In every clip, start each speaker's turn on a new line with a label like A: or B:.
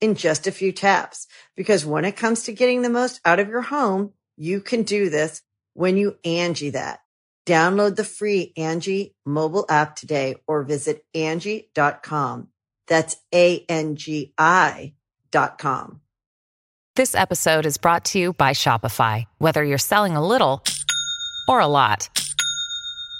A: in just a few taps. Because when it comes to getting the most out of your home, you can do this when you Angie that. Download the free Angie mobile app today or visit Angie.com. That's A-N-G-I dot com.
B: This episode is brought to you by Shopify. Whether you're selling a little or a lot,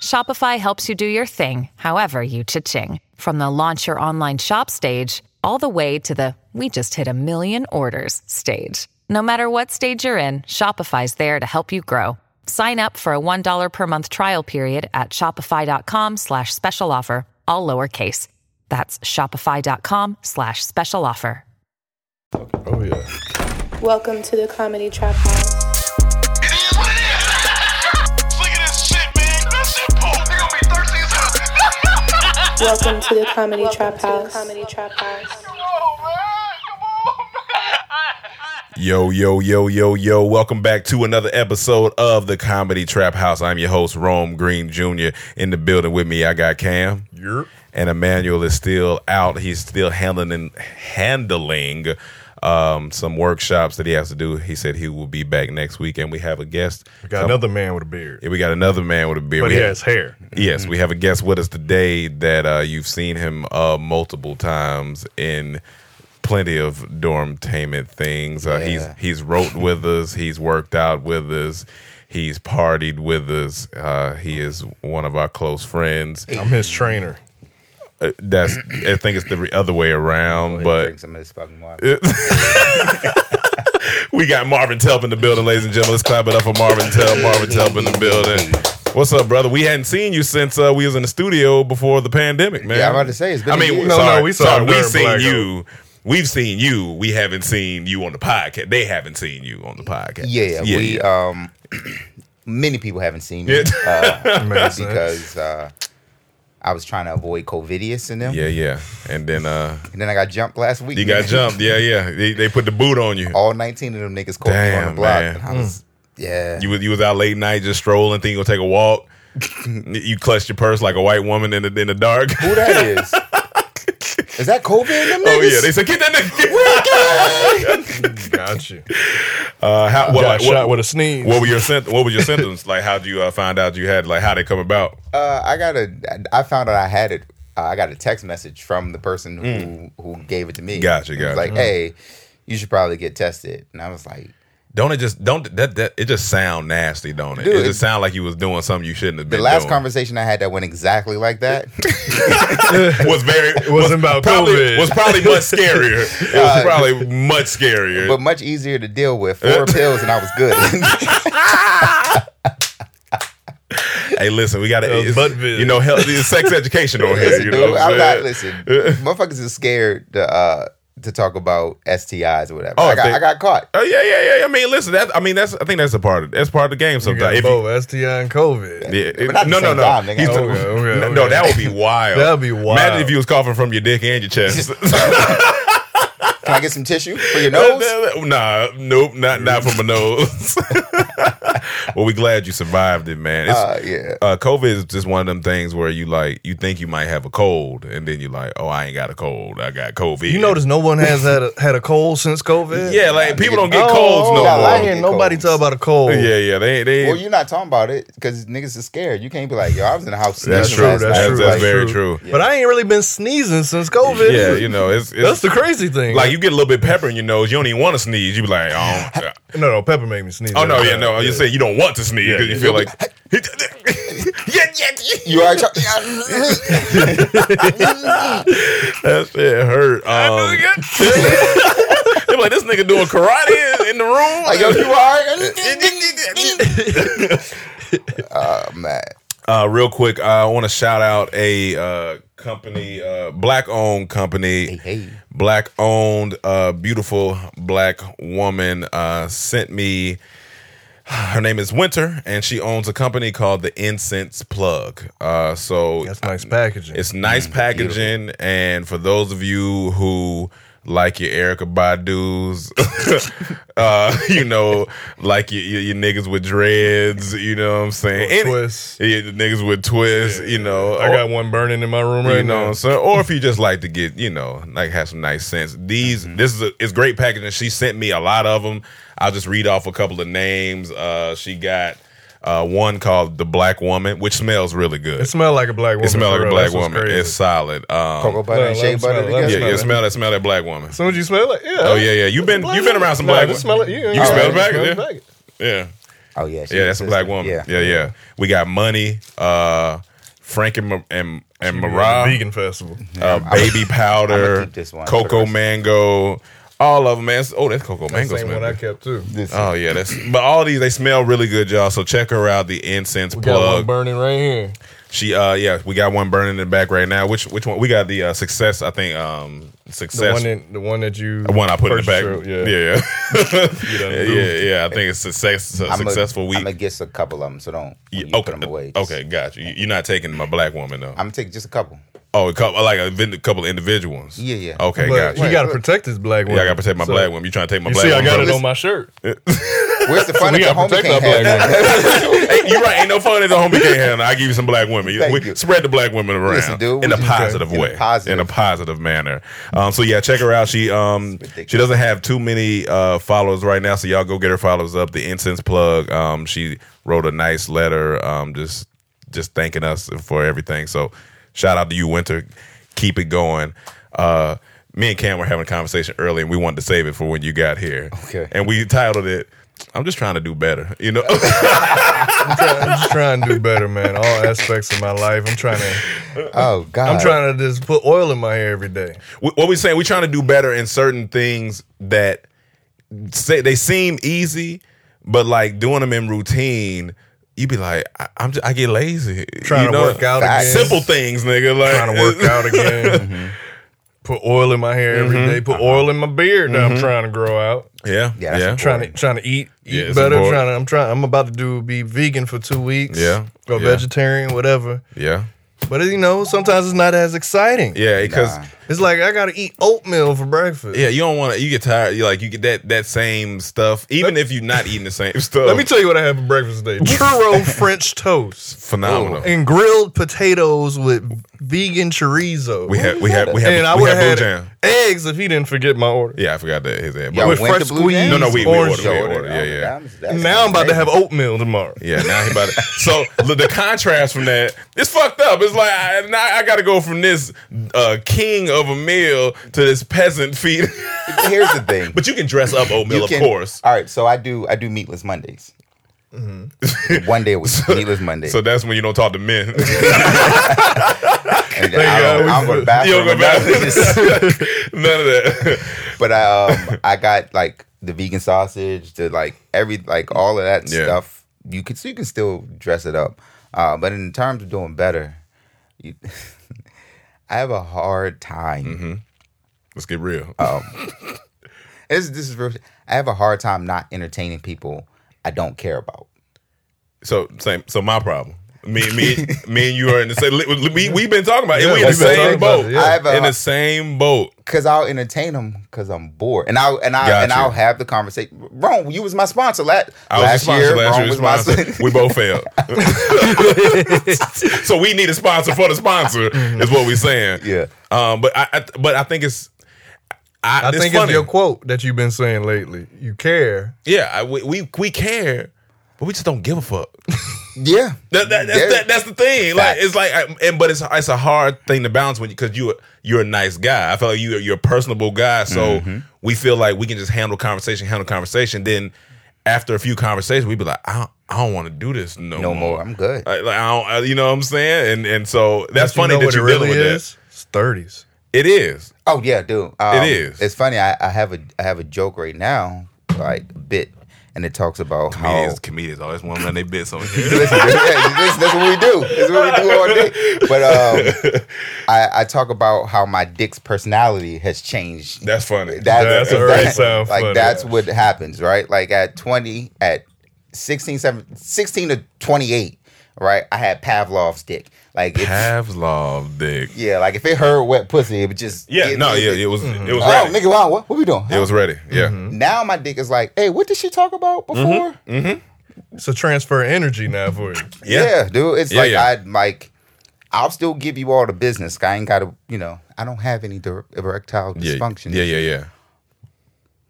B: Shopify helps you do your thing, however you cha-ching. From the launch your online shop stage all the way to the we just hit a million orders stage. No matter what stage you're in, Shopify's there to help you grow. Sign up for a $1 per month trial period at shopify.com slash special offer, all lowercase. That's shopify.com slash special offer.
C: Oh yeah.
D: Welcome to the Comedy Trap House.
E: It is what it is. Look at this shit, man. That shit pulled. They gonna be thirsty as hell.
D: Welcome to the Comedy Trap
F: to the
D: House.
F: Comedy Trap House.
E: Come on, man. Come on, man.
C: Yo, yo, yo, yo, yo. Welcome back to another episode of the Comedy Trap House. I'm your host, Rome Green Jr. In the building with me, I got Cam. Yep. And Emmanuel is still out. He's still handling handling um, some workshops that he has to do. He said he will be back next week, and we have a guest.
G: We got
C: Come-
G: another man with a beard,
C: Yeah, we got another man with a beard.
G: but
C: We
G: he
C: ha-
G: has hair.
C: Yes, we have a guest with us today that uh, you've seen him uh, multiple times in plenty of dormtainment things. Uh, He's he's wrote with us. He's worked out with us. He's partied with us. Uh, he is one of our close friends.
G: I'm his trainer.
C: Uh, that's I think it's the re- other way around, but
H: drink some of this fucking wine.
C: we got Marvin Telp in the building, ladies and gentlemen. Let's clap it up for Marvin Telp. Marvin Telp in the building. What's up, brother? We hadn't seen you since uh, we was in the studio before the pandemic, man.
H: Yeah, I'm about to say, it's been
C: I
H: a
C: mean, sorry,
H: year.
G: No,
C: no,
G: no,
C: we
G: we saw
C: sorry,
G: him
C: we've
G: during
C: seen
G: Black
C: you. We've seen you. We haven't seen you on the podcast. They haven't seen you on the podcast.
H: yeah,
C: yeah,
H: we
C: yeah.
H: um many people haven't seen
C: Yeah.
H: me uh,
G: Makes sense.
H: because uh I was trying to avoid covidious in them.
C: yeah, yeah. And then uh,
H: And then I got jumped last week.
C: you got jumped. Yeah, yeah. They, they put the boot on you.
H: All 19 of them niggas caught me on
C: Damn,
H: the block.
C: man. Mm.
H: And I was yeah.
C: You was you was out late night just strolling, thinking you'll take a walk. you clutched your purse like a white woman in the in the dark.
H: Who that is? is that COVID in them niggas?
C: Oh yeah, they said get that nigga.
G: Got you.
C: Uh, how, what,
G: got
C: like,
G: shot
C: what,
G: with a sneeze.
C: what were your sent? What were your symptoms? Like, how did you uh, find out you had? Like, how they come about?
H: Uh, I got a. I found out I had it. Uh, I got a text message from the person who who gave it to me.
C: Mm. Gotcha,
H: It was
C: gotcha. Mm.
H: Like, hey, you should probably get tested. And I was like,
C: Don't it just don't that that it just sound nasty, don't it?
H: Dude,
C: it
H: it-
C: just sound like you was doing something you shouldn't have
H: the
C: been.
H: last
C: doing.
H: conversation I had that went exactly like that.
C: was very was,
G: wasn't about
C: probably
G: COVID.
C: was probably much scarier. It was
H: Uh,
C: probably much scarier.
H: but much easier to deal with. Four pills and I was good.
C: hey, listen, we got
G: That was butt
C: to
G: vid.
C: you know help, it's sex education on here.
H: listen,
C: You
H: dude,
C: know, what
H: I'm not
C: saying?
H: listen. Motherfuckers is scared to uh, to talk about STIs or whatever.
C: Oh,
H: I got
C: they-
H: I got caught.
C: Oh yeah, yeah, yeah. I mean, listen. That I mean, that's I think that's a part of that's part of the game.
G: You got
C: Sometimes If you-
G: both STI and COVID.
C: Yeah, it-
H: But not at
C: no,
H: the
C: no,
H: same
C: no.
H: time, nigga.
C: He's t-
G: Okay, okay,
C: no, no,
G: okay.
C: that would be wild.
G: That'd be wild.
C: Imagine if you was coughing from your dick and your chest.
H: Can I get some tissue for your nose?
C: nah, nope, not not from a nose. well, we glad you survived it, man. It's,
H: Uh, yeah.
C: uh, COVID is just one of them things where you like you think you might have a cold, and then you like, oh, I ain't got a cold. I got COVID.
G: You notice no one has had a, had a cold since COVID.
C: yeah, like people don't get
G: Oh,
C: colds no
H: nah,
C: more.
G: I hear
H: Get
G: nobody
H: colds.
G: tell about a cold.
C: Yeah, yeah, they ain't- they.
H: Well,
C: ain't-
H: you're not talking about it because niggas is scared. You can't be like, yo, I was in the house.
C: that's
H: sneezing
C: true.
H: last
C: That's,
H: night.
C: that's,
H: Like,
C: very true.
G: But I ain't really been sneezing since COVID.
C: Yeah, you know, it's, it's
G: that's the crazy thing.
C: Like you get a little bit pepper in your nose, you don't even want to sneeze. You be like, oh,
G: No, no, Pepper made me sneeze.
C: Oh no, yeah, no. You say you don't want to sneeze because you feel like yeah, yeah, yeah.
H: You are. Tra-
C: That shit hurt. Um, they're like, this nigga doing karate in- in the room.
H: like, yo, you are. oh man.
C: Uh, real quick, I want to shout out a uh, company, uh, black owned company,
H: hey.
C: black owned, uh, beautiful black woman uh, sent me. Her name is Winter, and she owns a company called the Incense Plug. Uh, so
G: That's nice packaging.
C: Mm, it's nice packaging, and for those of you who like your Erica Badu's, uh, you know, like your, your, your niggas with dreads, you know what I'm saying?
G: Or
C: Any-
G: twists.
C: Yeah, the niggas with twists, you know.
G: I
C: or-
G: got one burning in my room right
C: you know what
G: now.
C: I'm saying? Or if you just like to get, you know, like have some nice sense. These, this is a, it's great packaging. She sent me a lot of them. I'll just read off a couple of names. Uh, she got uh, one called the Black Woman, which smells really good.
G: It smelled like a black woman.
C: It smells
G: for
C: like a
G: real.
C: black
G: That's what's
C: woman.
G: crazy.
C: It's solid. Um,
H: Cocoa butter and
G: Let
H: shea
G: him
H: butter
G: smell it, let
H: together.
G: him
C: yeah, yeah. Smell
G: smell it.
C: that. Smell that black woman.
G: Soon as you smell it, yeah.
C: Oh yeah, yeah. You've been you've been around some black.
G: women. Smell it. You,
C: You can smell it back.
H: Alright,
G: smell
C: Yeah.
G: it back.
C: yeah,
H: Oh yeah. she
C: yeah. That's a
H: existed.
C: black woman. Yeah, yeah, We got money. Uh, Frank and Ma- and and Mirage.
G: Vegan festival.
C: uh, baby powder,
H: keep this one for the
C: cocoa
H: rest.
C: mango, all of them, man. Oh, that's cocoa
G: That's
C: mango
G: the same
C: smell.
G: one I kept too.
H: This-
C: Oh yeah, that's. But all these they smell really good, y'all. So check her out. The incense
G: We got one
C: plug.
G: burning right here.
C: She, uh, yeah, we got one burning in the back right now. Which which one? We got the uh, success. I think um
G: The
C: success.
G: one, that, the one that you.
C: the one I put in the back.
G: purchased,
C: yeah,
G: Yeah.
C: yeah,
G: done
C: yeah, yeah,
G: moved.
C: I think it's success, a successful week.
H: I'm gonna get a couple of them, so don't
C: Yeah,
H: you
C: okay,
H: put them away. Just-
C: okay, gotcha. You, you're not taking my black woman though.
H: I'm gonna take just a couple.
C: oh, a couple, like a, vin- couple of individual ones.
H: Yeah, yeah.
C: Okay,
G: But
C: gotcha.
G: you gotta protect this black woman.
C: yeah, I gotta protect my
G: So,
C: black woman. You trying to take my
G: You
C: black
G: see, I
C: woman?
G: got
C: from
G: it
C: me?
G: on my shirt.
H: Where's the fun
G: We
H: if the
G: gotta
H: homie
G: protect our
H: can't
G: black
H: have that?
G: woman.
C: Hey, you right. Ain't no fun at the homie can't handle. I give you some black women.
H: Thank
C: We
H: you.
C: spread the black women around
H: Listen, dude,
C: in
H: we
C: a
H: just-
C: positive
H: in a
C: way,
H: positive.
C: in a positive manner. Um, so yeah, check her out. She um
H: ridiculous.
C: she doesn't have too many uh, followers right now, so y'all go get her followers up. The incense plug. Um, she wrote a nice letter. Um, just just thanking us for everything. So shout out to you, Winter. Keep it going. Uh, me and Cam were having a conversation early, and we wanted to save it for when you got here.
H: Okay.
C: And we titled it. I'm just trying to do better, you know.
G: I'm just trying to do better, man. All aspects of my life. I'm trying to.
H: Oh God.
G: I'm trying to just put oil in my hair every day.
C: we, what we saying we trying to do better in certain things that say they seem easy but like doing them in routine you be like I, i'm just, i get lazy
G: Trying
C: You
G: to work out
H: facts.
G: again.
C: simple things nigga like
G: Trying to work out
C: Mm-hmm.
G: again. Put oil in my hair every day. Put oil in my beard that I'm trying to grow out.
C: yeah
H: Yeah,
C: yeah
H: that's
C: yeah,
G: Trying to trying to eat
C: Mm-hmm. Yeah,
G: eat
C: it's
G: better.
C: important.
G: Trying to I'm trying. I'm about to do be vegan for two weeks.
C: Yeah,
G: Or
C: yeah.
G: vegetarian, whatever. But you know, sometimes it's not as exciting.
C: yeah because
H: Nah.
G: It's like I gotta eat oatmeal for breakfast.
C: yeah you don't want to you get tired you like you get that that same stuff even if you're not eating the same stuff
G: Let me tell you what I had for breakfast today: churro French toast
C: phenomenal
G: and grilled potatoes with vegan chorizo.
C: we had we had we
G: and I
C: had we
G: would
C: had blue
G: have
C: jam
G: had eggs if he didn't forget my order.
C: yeah i forgot that his ad
H: Y'all
C: but-
G: with
H: went
G: fresh
H: to Blue Oh, James?
C: No, no, we- we
G: orange
C: ordered, we
G: juice.
C: ordered. Yeah, yeah.
H: That's- that's
G: Now I'm about to have
C: oh.
H: amazing.
G: oatmeal tomorrow.
C: Yeah, now he about to. So look, the contrast from that, it's fucked up. It's like I, now I got to go from this uh, king of a meal to this peasant feed.
H: Here's the thing.
C: but you can dress up
H: You
C: oatmeal,
H: can-
C: of course.
H: All right, so I do I do meatless Mondays. One day a week, meatless Monday.
C: Mm-hmm. So that's when you don't talk to men.
H: and then I
G: God
H: don't,
G: we-
H: I don't go to the
C: you
H: bathroom.
C: don't go back. None of that.
H: But I, um, I got like the vegan sausage, the like every like all of that
C: Yeah.
H: stuff. You could so you can still dress it up, uh, but in terms of doing better, you, I have a hard time.
C: Mm-hmm. Let's get real.
G: Oh.
H: This this is real. shit. I have a hard time not entertaining people I don't care about.
C: So same. So my problem. Me, me, me, and you are in the same. li- We we've been talking about it. we in the
G: we've been
C: same
G: talking about
C: boat.
G: it, yeah.
H: I have a-
C: in the same boat.
H: Cause I'll entertain them because I'm bored, and I'll and I
C: Got
H: and
C: you.
H: I'll have the conversation. Rome, you was my sponsor last
C: I was
H: last
C: a sponsor
H: year.
C: last
H: Rome
C: year.
H: was my
C: sponsor.
H: sponsor.
C: we both failed. so we need a sponsor for the sponsor. Is what we're saying.
H: Mm-hmm. Yeah.
C: Um. But I. I but I think it's. I,
G: I
C: it's
G: think
C: funny.
G: it's your quote that you've been saying lately. You care.
C: Yeah. I, we, we we care, but we just don't give a fuck.
H: yeah,
C: That, that, that's,
H: Yeah.
C: that, that's the thing. Like
H: Facts.
C: it's like, I, and but it's it's a hard thing to balance when because you you're a nice guy. I feel
H: Mm-hmm.
C: like you you're a personable guy, so we feel like we can just handle conversation, handle conversation. Then after a few conversations, we'd be like, I don't, I don't want to do this no,
H: No more. I'm good.
C: I, like, I don't, I- you know what I'm saying? And and so that's
G: But you
C: funny
G: know
C: that
G: what
C: you're
G: it really
C: dealing with
G: is? It's 30s.
C: that. It is.
H: Oh yeah, dude. Um,
C: It is.
H: It's funny. I, I have a I have a joke right now, like a bit, and it talks about
C: Comedians,
H: how.
C: comedians always want to run their bits on
H: You
C: here.
H: listen, dude, yeah, you listen, that's what we do. That's what we do all day. But um, I, I talk about how my dick's personality has changed.
C: that's funny.
G: That's a
C: already
G: very
H: that-
G: sound
H: like
G: funny.
H: that's what happens, right? Like at 20, at 16, 17, 16 to 28, right? I had Pavlov's dick. Like if,
C: Pavlov dick.
H: yeah, like if it hurt wet pussy, it would just
C: Yeah,
H: it-
C: no,
H: it-
C: yeah, it was it
G: Mm-hmm.
C: was
H: Oh,
C: ready.
H: nigga, wow, what, what we doing?
C: It was ready. Yeah.
H: now my dick is like, hey, what did she talk about
C: Mm-hmm.
H: before?
G: It's a transfer of energy now for you.
H: Yeah. dude. It's
C: Yeah,
H: like
C: yeah.
H: I like I'll still give you all the business. I ain't gotta, you know, I don't have any dir- erectile
C: Yeah.
H: dysfunction.
C: Yeah, yeah, yeah.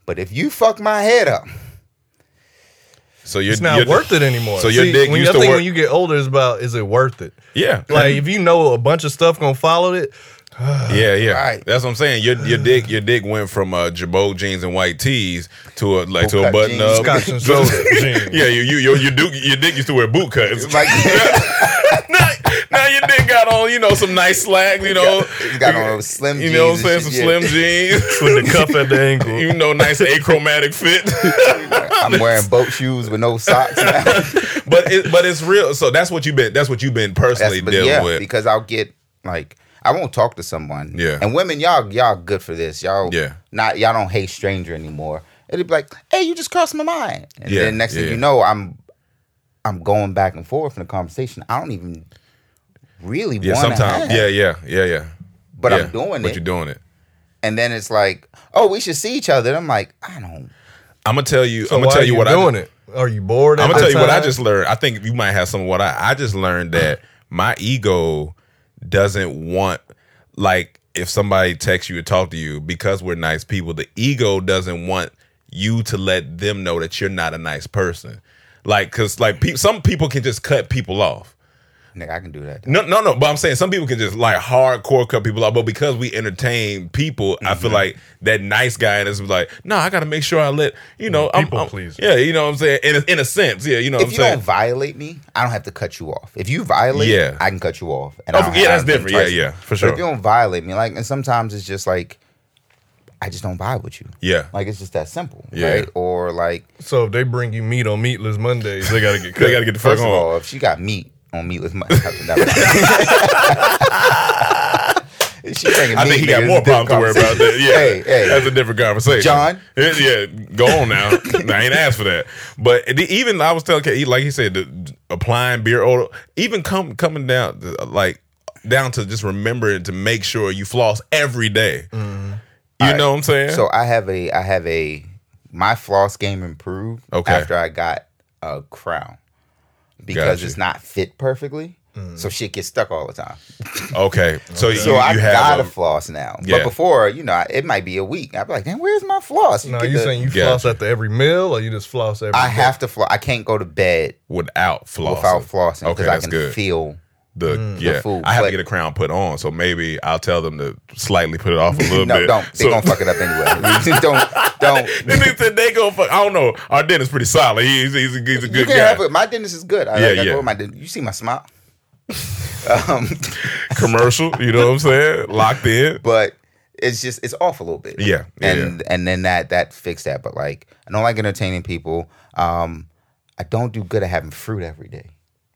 H: But if you fuck my head up,
C: So you're
G: It's not
C: you're-
G: worth it anymore.
C: So your dick
G: when,
C: used
G: I
C: to
G: think
C: work-
G: when you get older, it's about is it worth it?
C: Yeah.
G: Like if you know a bunch of stuff gonna follow it,
C: Yeah, yeah.
H: Right.
C: That's what I'm saying. Your
G: Mm.
C: your dick your dick went from uh Jabot jeans and white tees to a like to a
H: Bootcut
C: button
H: jeans.
C: up.
G: Scotch and soda. jeans.
C: Yeah, you you your your, duke, your dick used to wear boot cuts.
H: like
C: now, now your dick got on, you know, some nice slacks, you know.
H: you got on those slim
C: You know what I'm
H: jeans
C: saying?
H: and
C: Some
H: shit, yeah.
C: slim jeans.
G: With the cuff at the ankle.
C: you know, nice achromatic fit.
H: I'm wearing boat shoes with no socks now.
C: but it, but it's real. So that's what you've been that's what you've been personally
H: That's, but
C: dealing
H: yeah,
C: with.
H: because I'll get like I won't talk to someone.
C: Yeah.
H: and women, y'all, y'all good for this. Y'all,
C: Yeah.
H: not y'all don't hate stranger anymore. It'd be like, hey, you just crossed my mind, and
C: Yeah,
H: then next
C: yeah.
H: thing you know, I'm I'm going back and forth in the conversation. I don't even really
C: yeah,
H: want to.
C: sometimes. Yeah, yeah, yeah, yeah.
H: but
C: yeah,
H: I'm doing
C: but
H: it,
C: you're doing it.
H: and then it's like, oh, we should see each other. And I'm like, I don't.
C: I'm gonna tell you.
G: So
C: I'm gonna
G: why
C: tell
G: are
C: you
G: you
C: what
G: doing
C: I.
G: it. Are you bored?
C: I'm
G: at
C: gonna tell
G: that
C: you what I
G: time?
C: just learned. I think you might have some of what I. I just learned that my ego doesn't want like if somebody texts you or talk to you because we're nice people. The ego doesn't want you to let them know that you're not a nice person. Like, cause like pe- some people can just cut people off.
H: Nigga, I can do that.
C: No, no, no. But I'm saying some people can just like hardcore cut people out. But because we entertain people, I
H: Mm-hmm.
C: feel like that nice guy in us was like, no, I got to make sure I let you know. I'm,
G: People
C: I'm-
G: pleaser.
C: Yeah, you know what I'm saying. In a, in a sense, yeah, you know what
H: Mm, if
C: I'm
H: you
C: saying.
H: don't violate me, I don't have to cut you off. If you violate,
C: Yeah.
H: I can cut you off. And
C: Oh,
H: I don't
C: yeah, that's
H: have to
C: different. Yeah,
H: twice.
C: yeah, for
H: But
C: sure.
H: if you don't violate me, like, and sometimes it's just like, I just don't vibe with you.
C: Yeah.
H: like it's just that simple.
C: Yeah.
H: right? or like,
G: So if they bring you meat on meatless Mondays, they gotta get cut.
C: they got to get the fuck
H: first
C: on.
H: of all, if she got meat on meat with my, if she bringing
C: I
H: meat,
C: think he got
H: nigga,
C: more
H: it's a
C: problems
H: different
C: to worry about. That.
H: conversation.
C: Yeah,
H: hey, hey,
C: that's a different conversation.
H: John?
C: yeah, yeah, go on now. I ain't asked for that. But the, even I was telling Kate, like he said, the, applying beer odor, even come coming down uh, like down to just remembering to make sure you floss every day. You know what I'm saying?
H: Mm-hmm. So I have a I have a my floss game improved
C: Okay.
H: after I got a crown because
C: Gotcha.
H: it's not fit perfectly.
G: Mm.
H: So shit gets stuck all the time.
C: okay, so you,
H: So
C: you
H: I
C: have
H: got
C: a-
H: to floss now.
C: Yeah.
H: But before, you know, I- it might be a week. I'd be like, damn, where's my floss?
G: No,
H: get
G: you
H: the-
G: saying you
C: Gotcha.
G: floss after every meal, or you just floss every?
H: I have to floss. I can't go to bed
C: without flossing.
H: without flossing because
C: Okay,
H: I
C: that's
H: can
C: good.
H: feel.
C: the yeah,
H: food,
C: I have to
H: but-
C: get a crown put on, so maybe I'll tell them to slightly put it off a little
H: No,
C: bit.
H: don't.
C: So-
H: They're gonna fuck it up anyway. don't,
C: Then
H: don't.
C: they said they go fuck. I don't know. Our dentist pretty solid. He- He's, he's, a, he's a
H: You
C: good
H: can't help
C: guy.
H: it. My dentist is good. I,
C: Yeah,
H: like, I go
C: yeah.
H: to my dentist. You see my smile? um,
C: Commercial, you know what I'm saying? Locked in.
H: but it's just it's off a little bit.
C: Yeah, yeah,
H: and and then that that fixed that. But like, I don't like entertaining people. Um, I don't do good at having fruit every day.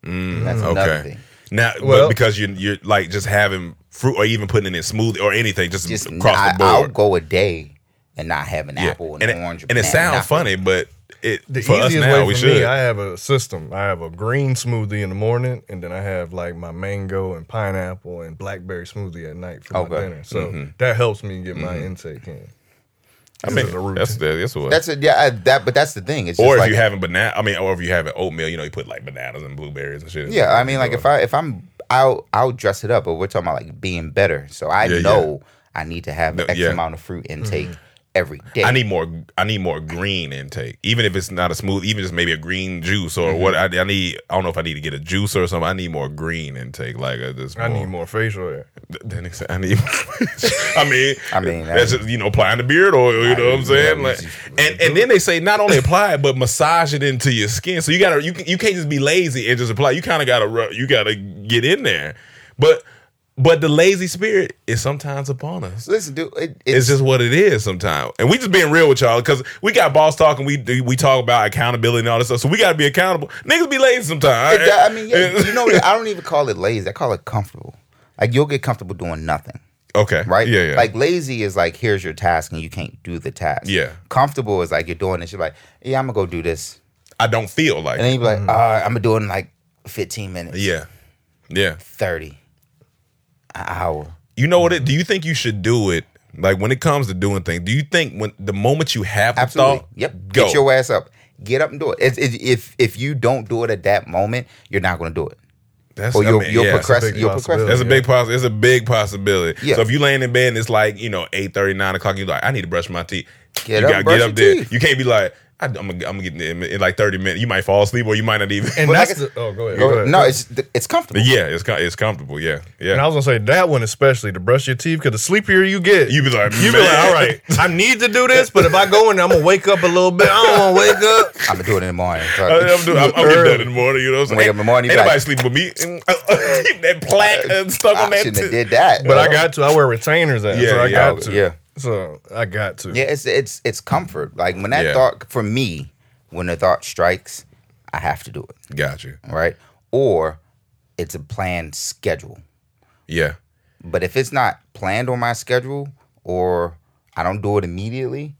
H: That's another
C: Mm, Okay.
H: thing.
C: Now, but
G: Well-
C: because you you're like just having fruit or even putting it in smoothie or anything just,
H: Just
C: across
H: I,
C: the
H: I'll
C: board.
H: go a day and not have an
C: yeah.
H: apple and,
C: and
H: an orange.
C: it, and it
H: banana,
C: sounds
H: nothing.
C: funny, but it
G: The
C: for us
G: easiest
C: now
G: way
C: we
G: for
C: should.
G: me, I have a system. I have a green smoothie in the morning, and then I have like my mango and pineapple and blackberry smoothie at night for my
H: Okay.
G: dinner. So
C: Mm-hmm.
G: that helps me get my intake in.
C: I
G: is a
C: mean,
G: routine.
C: that's the- that's what.
H: That's a, yeah, I, that but that's the thing. It's just
C: or if
H: like,
C: you having banana, I mean, or if you having oatmeal, you know, you put like bananas and blueberries and shit.
H: Yeah, I mean, like if I if I'm I'll I'll dress it up, but we're talking about like being better. So I
C: Yeah,
H: know I need to have
C: No,
H: X
C: yeah. Mm-hmm.
H: amount of fruit intake every day.
C: I need more. I need more green intake. Even if it's not a smooth, even just maybe a green juice or what. I, I need. I don't know if I need to get a juice or something. I need more green intake. Like uh, just
G: I need more facial hair.
C: Th- Then it's- I need. I mean,
H: I mean,
C: that's
H: I-
C: just, you know applying the beard oil. You know what I'm saying?
H: yeah,
C: Like,
H: it's-
C: and and then they say not only apply it but massage it into your skin. So you gotta you you can't just be lazy and just apply. You kind of gotta ru- you gotta get in there. But but the lazy spirit is sometimes upon us.
H: Listen, dude, it,
C: It's just what it is sometimes, and we just being real with y'all because we got boss talk and we we talk about accountability and all this stuff. So we got to be accountable. Niggas be lazy sometimes.
H: It- I mean, yeah, you know, what? I don't even call it lazy. I call it comfortable. Like you'll get comfortable doing nothing,
C: okay,
H: right?
C: Yeah, yeah.
H: Like lazy is like here's your task and you can't do the task.
C: Yeah.
H: Comfortable is like you're doing this. You're like, yeah, I'm gonna go do this,
C: I don't feel like.
H: and then you be like, all right, I'm gonna do it in like 15 minutes,
C: yeah, yeah.
H: thirty, an hour.
C: You know what? It, do you think you should do it? Like when it comes to doing things, do you think when the moment you have the
H: Absolutely.
C: thought,
H: yep.
C: go?
H: Get your ass up. Get up and do it. It's, it. If if you don't do it at that moment, you're not gonna do it.
C: That's,
H: Or
C: I
H: you'll
C: mean,
H: you'll
C: yeah.
H: procrastinate.
G: big
H: You'll
G: possibility.
H: procrastinate.
C: That's a big poss. It's a big possibility.
H: Yeah.
C: So if you laying in bed and it's like you know eight thirty nine o'clock, you're like, I need to brush my teeth.
H: Get
C: you
H: up,
C: gotta
H: brush
C: get
H: your
C: up there.
H: teeth.
C: You can't be like, I, am gonna, I'm gonna get in, in like thirty minutes. You might fall asleep or you might not even.
G: And
H: But
G: that's
H: like
G: the, oh, go ahead.
H: Go
G: go
H: ahead.
G: ahead.
H: No, it's it's comfortable.
C: yeah, it's com- it's comfortable. Yeah,
G: And I
C: yeah.
G: was gonna say that one especially to brush your teeth because the sleepier you get,
C: You be like,
G: you be like,
C: "Man."
G: all right, I need to do this, but if I go in, there, I'm gonna wake up a little bit. I don't want to wake up.
H: I'm gonna do it in the morning. Fuck
C: I,
H: it.
C: am doing, I'm, I'm getting done in the morning. You know, what I'm
H: Wake
C: saying?
H: up in the morning,
C: Ain't
H: you be
C: nobody
H: like-
C: sleep with me. that plaque uh, stuck on
H: I
C: that.
H: shouldn't have
C: tooth.
H: did that.
G: But I got to. I wear retainers at.
C: Yeah,
G: so I
C: yeah.
G: got to.
H: Yeah.
G: So I got to.
H: Yeah, it's it's it's comfort. Like when that
C: Yeah.
H: thought for me, when the thought strikes, I have to do it.
C: Got you.
H: Right? Or it's a planned schedule.
C: Yeah.
H: But if it's not planned on my schedule or I don't do it immediately,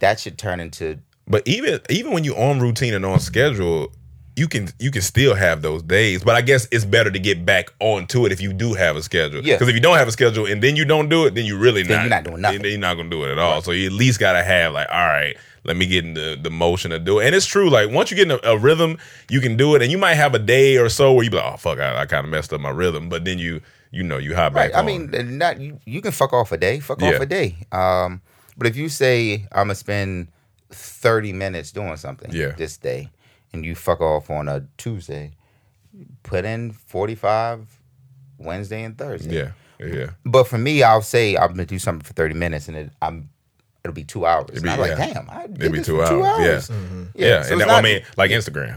H: that should turn into
C: But even even when you on routine and on schedule, you can you can still have those days. But I guess it's better to get back onto it if you do have a schedule.
H: Yeah.
C: Because if you don't have a schedule and then you don't do it, then you really
H: Then
C: not
H: you're not doing nothing.
C: Then, then you're not gonna do it at all. So you at least gotta have like, all right, let me get in the, the motion to do it. And it's true. Like once you get in a, a rhythm, you can do it. And you might have a day or so where you be like, oh fuck, I, I kind of messed up my rhythm. But then you you know you hop
H: Right.
C: back.
H: I mean, and not you, you can fuck off a day, fuck
C: Yeah.
H: off a day. Um, but if you say I'm gonna spend 30 minutes doing something
C: Yeah.
H: this day, and you fuck off on a Tuesday, put in 45 Wednesday and Thursday.
C: yeah, yeah.
H: But for me, I'll say I'm gonna do something for 30 minutes, and it, I'm it'll be two hours.
C: be-
H: and I'm like,
C: yeah.
H: damn, I did
C: It'd be
H: this
C: two
H: for
C: hours.
H: two hours. Mm-hmm.
C: Yeah. Mm-hmm. Yeah.
H: so
C: and
H: it's
C: that, I
H: not-
C: mean, like Instagram.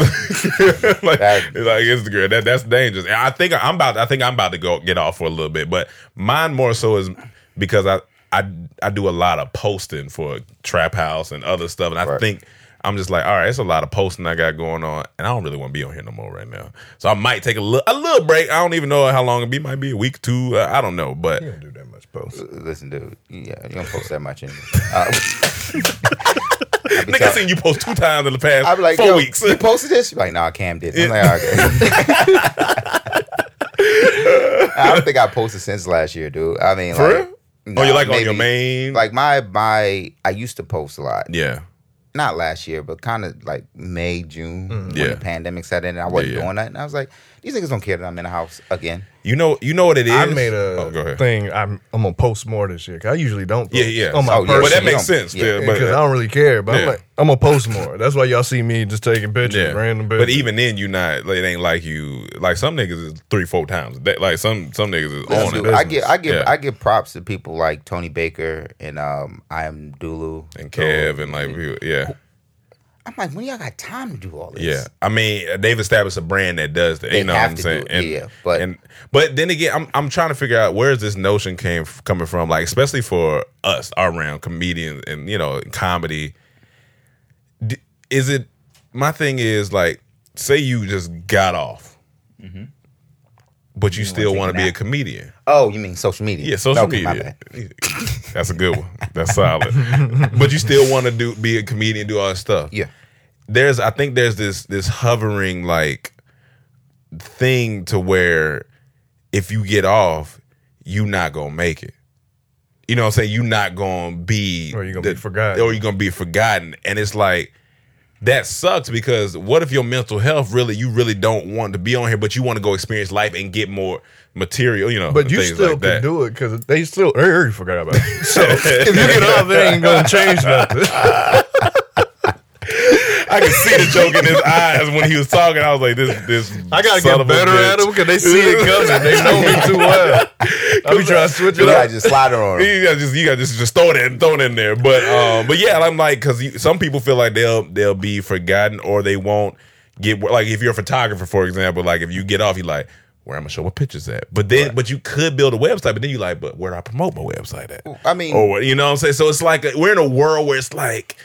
C: like,
H: That-
C: it's like Instagram. That that's dangerous. And I think I'm about. I think I'm about to go get off for a little bit. But mine more so is because I I I do a lot of posting for Trap House and other stuff, and I
H: Right.
C: think. I'm just like, all right, it's a lot of posting I got going on, and I don't really want to be on here no more right now. So I might take a little, a little break. I don't even know how long it be. Might be a week, two. Uh, I don't know, but
G: I don't do that much post.
H: Listen, dude, yeah, you don't post that much anyway. Uh, I be
C: nigga, I
H: tell-
C: seen you post two times in the past
H: I'm like,
C: four
H: Yo,
C: weeks.
H: You posted this? She's like, nah, Cam did. it. I'm like, okay. I don't think I posted since last year, dude. I mean,
C: For
H: like,
C: real?
H: nah,
C: oh, you like on your
H: maybe-
C: main,
H: Like my my, I used to post a lot.
C: yeah,
H: Not last year, but kind of like May, June when
C: Mm. Yeah.
H: the pandemic set in, and I wasn't
C: Yeah, yeah.
H: doing that. And I was like, these niggas don't care that I'm in the house again.
C: You know, you know what it is.
G: I made a
C: Oh, go ahead.
G: thing. I'm I'm gonna post more this year. 'cause I usually don't.
C: Yeah,
G: post
C: yeah.
G: On my
C: Oh, yeah.
G: personal-
C: But that makes sense, yeah, but- uh,
G: because I don't really care. But I'm
C: Yeah.
G: like, I'm gonna post more. That's why y'all see me just taking pictures,
C: Yeah.
G: random pictures.
C: But even then, you not. It ain't like you. Like some niggas is three, four times. a day. like some some niggas is on it.
H: I give I give
C: Yeah.
H: I give props to people like Tony Baker and um I am Dulu
C: and Kev and
H: Oh.
C: like people- yeah.
H: I'm like, when y'all got time to do all this?
C: Yeah, I mean they've established a brand that does that.
H: They
C: you know
H: have
C: what I'm
H: to
C: saying?
H: do it,
C: And-
H: yeah, but-
C: and but then again, I'm I'm trying to figure out where's this notion came f- coming from. Like especially for us our round comedians and you know comedy. D- is it my thing? Is like say you just got off,
H: Mm-hmm.
C: but you still want to be a comedian.
H: Oh, you mean social media?
C: Yeah, social
H: Okay, my
C: media. That's a good one. That's solid. but you still want to do be a comedian, do all that stuff.
H: Yeah.
C: There's I think there's this this hovering like thing to where if you get off, you not gonna make it. You know what I'm saying? You not gonna be
G: Or you gonna
C: the-
G: be forgotten.
C: Or you're gonna be forgotten. And it's like that sucks because what if your mental health really you really don't want to be on here, but you want to go experience life and get more material, you know.
G: But you
C: things
G: still
C: like
G: can
C: that.
G: do it because they still they already forgot about it. So if you get off, they ain't gonna change nothing.
C: I could see the joke in his eyes when he was talking. I was like, "This, this."
G: I gotta
C: son
G: get
C: of a
G: better
C: bitch.
G: at them because they see it coming. They know me too well. I be trying to switch it
H: You
G: up.
H: gotta just slide it on 'em.
C: You gotta just, you gotta just, just throw it in, throw it in there. But, um, but yeah, I'm like, because some people feel like they'll they'll be forgotten or they won't get like if you're a photographer, for example, like if you get off, you like. Where I'm gonna show my pictures at, but then, but you could build a website, but then you like, but where do I promote my website at?
H: I mean,
C: Or you know what I'm saying? So it's like a, we're in a world where it's like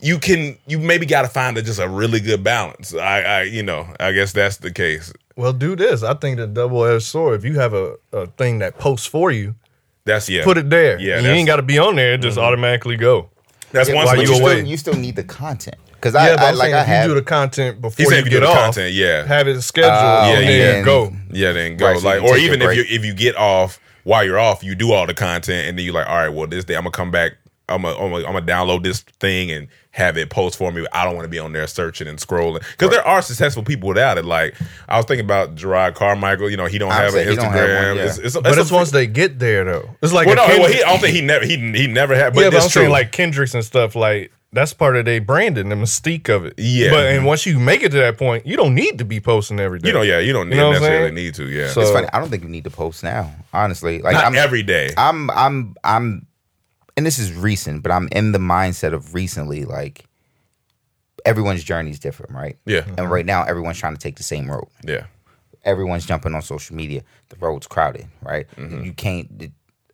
C: you can you maybe got to find a, just a really good balance. I, I you know I guess that's the case.
G: Well, do this. I think the double edged sword. If you have a, a thing that posts for you,
C: That's yeah.
G: put it
C: Yeah,
G: there. Yeah, you
C: that's- Mm-hmm.
G: ain't got to be on there. It just automatically go.
C: That's
H: Yeah,
C: one
H: but
C: thing
G: you
H: you still,
G: away.
H: you still need the content because
G: yeah,
H: I,
G: but
H: I
G: I'm
H: like
G: saying
H: I
G: if
H: have
G: you do the content before
C: He said
G: you
C: if
G: get
C: you do the
G: off.
C: content, yeah.
G: Have it scheduled.
H: Oh,
G: and
C: yeah,
G: then
H: yeah.
G: go.
C: Yeah, then go
H: Right, so
C: like,
H: you
C: or
H: take
C: even
H: your
C: if you
H: break.
C: if you get off while you're off, you do all the content, and then you're like, all right, well, this day I'm gonna come back. I'm gonna I'm gonna- I'm gonna download this thing and have it post for me. I don't want to be on there searching and scrolling because there are successful people without it. Like I was thinking about Gerard Carmichael. You know, he don't
H: I'm
C: have an
H: saying he
C: Instagram.
H: don't have one, yeah.
C: It's, it's, it's,
G: But
C: a-
G: it's once they get there though. It's like
C: well,
G: a
C: no, well,
G: Kendrick-
C: he, I don't think he never he he never had. But
G: yeah, but
C: that's
G: I'm
C: true.
G: saying like Kendricks and stuff like. That's part of their branding, the mystique of it.
C: Yeah.
G: But and once you make it to that point, you don't need to be posting every day.
C: you know, yeah, you don't
G: You know what I'm
C: necessarily
G: saying?
C: need to. Yeah,
G: So-
H: it's funny. I don't think you need to post now. Honestly, like
C: not
H: I'm
C: every day.
H: I'm I'm I'm and this is recent, but I'm in the mindset of recently like everyone's journey is different, right?
C: Yeah.
H: And right now everyone's trying to take the same road.
C: yeah,
H: Everyone's jumping on social media. The road's crowded, right? You can't th-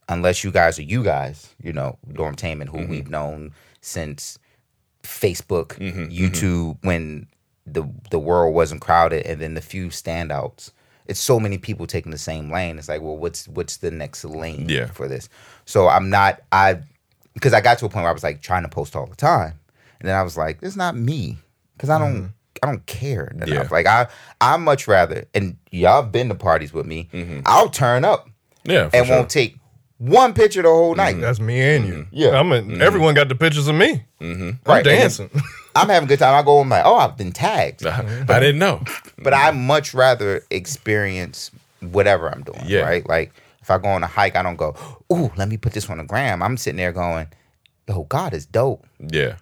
H: unless you guys are you guys, you know, Dorm Tainment, who we've known since Facebook, YouTube, when the the world wasn't crowded, and then the few standouts. It's so many people taking the same lane. It's like, well, what's what's the next lane
C: Yeah.
H: for this? So I'm not I because I got to a point where I was like trying to post all the time, and then I was like, it's not me because I don't. I don't care enough.
C: Mm-hmm. Yeah.
H: Like I, I much rather, and y'all have been to parties with me. I'll turn up
C: yeah, Mm-hmm. for
H: and
C: sure. Mm-hmm.
H: won't take one picture the whole night.
G: That's me and you.
H: Mm-hmm. Yeah.
G: I'm a, everyone got the pictures of me.
C: Mm-hmm.
G: I'm
H: Right, and then-
G: dancing.
H: I'm having a good time. I go, I'm like, oh, I've been tagged.
C: I didn't know.
H: But I much rather experience whatever I'm doing.
C: Yeah.
H: Right. Like if I go on a hike, I don't go, ooh, let me put this on the gram. I'm sitting there going, oh, God is dope.
C: Yeah.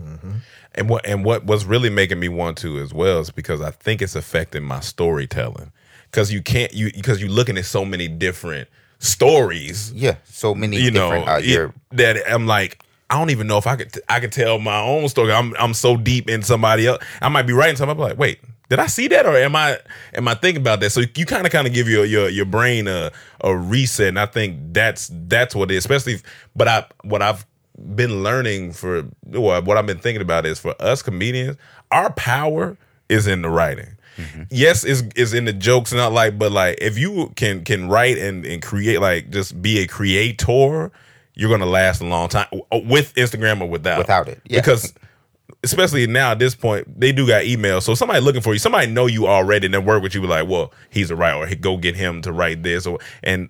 H: Mm-hmm.
C: And what and what what's really making me want to as well is because I think it's affecting my storytelling. Because you can't you because you're looking at so many different stories,
H: Yeah. So many
C: you know,
H: different uh,
C: it-
H: your
C: that I'm like. I don't even know if I could t- I could tell my own story. I'm I'm so deep in somebody else. I might be writing something. I'm like, wait, did I see that or am I am I thinking about that? So you kind of kind of give your your your brain a a reset, and I think that's that's what it is. Especially, if, but I what I've been learning for well, what I've been thinking about is for us comedians, our power is in the writing. Yes, is is in the jokes and all like, but like if you can can write and and create like just be a creator, you're gonna last a long time w- uh, with Instagram or without
H: Without it, yeah.
C: because. Especially now at this point, they do got email. So somebody looking for you, somebody know you already, and then work with you. Be like, well, he's a writer, or "Hey, go get him to write this, or and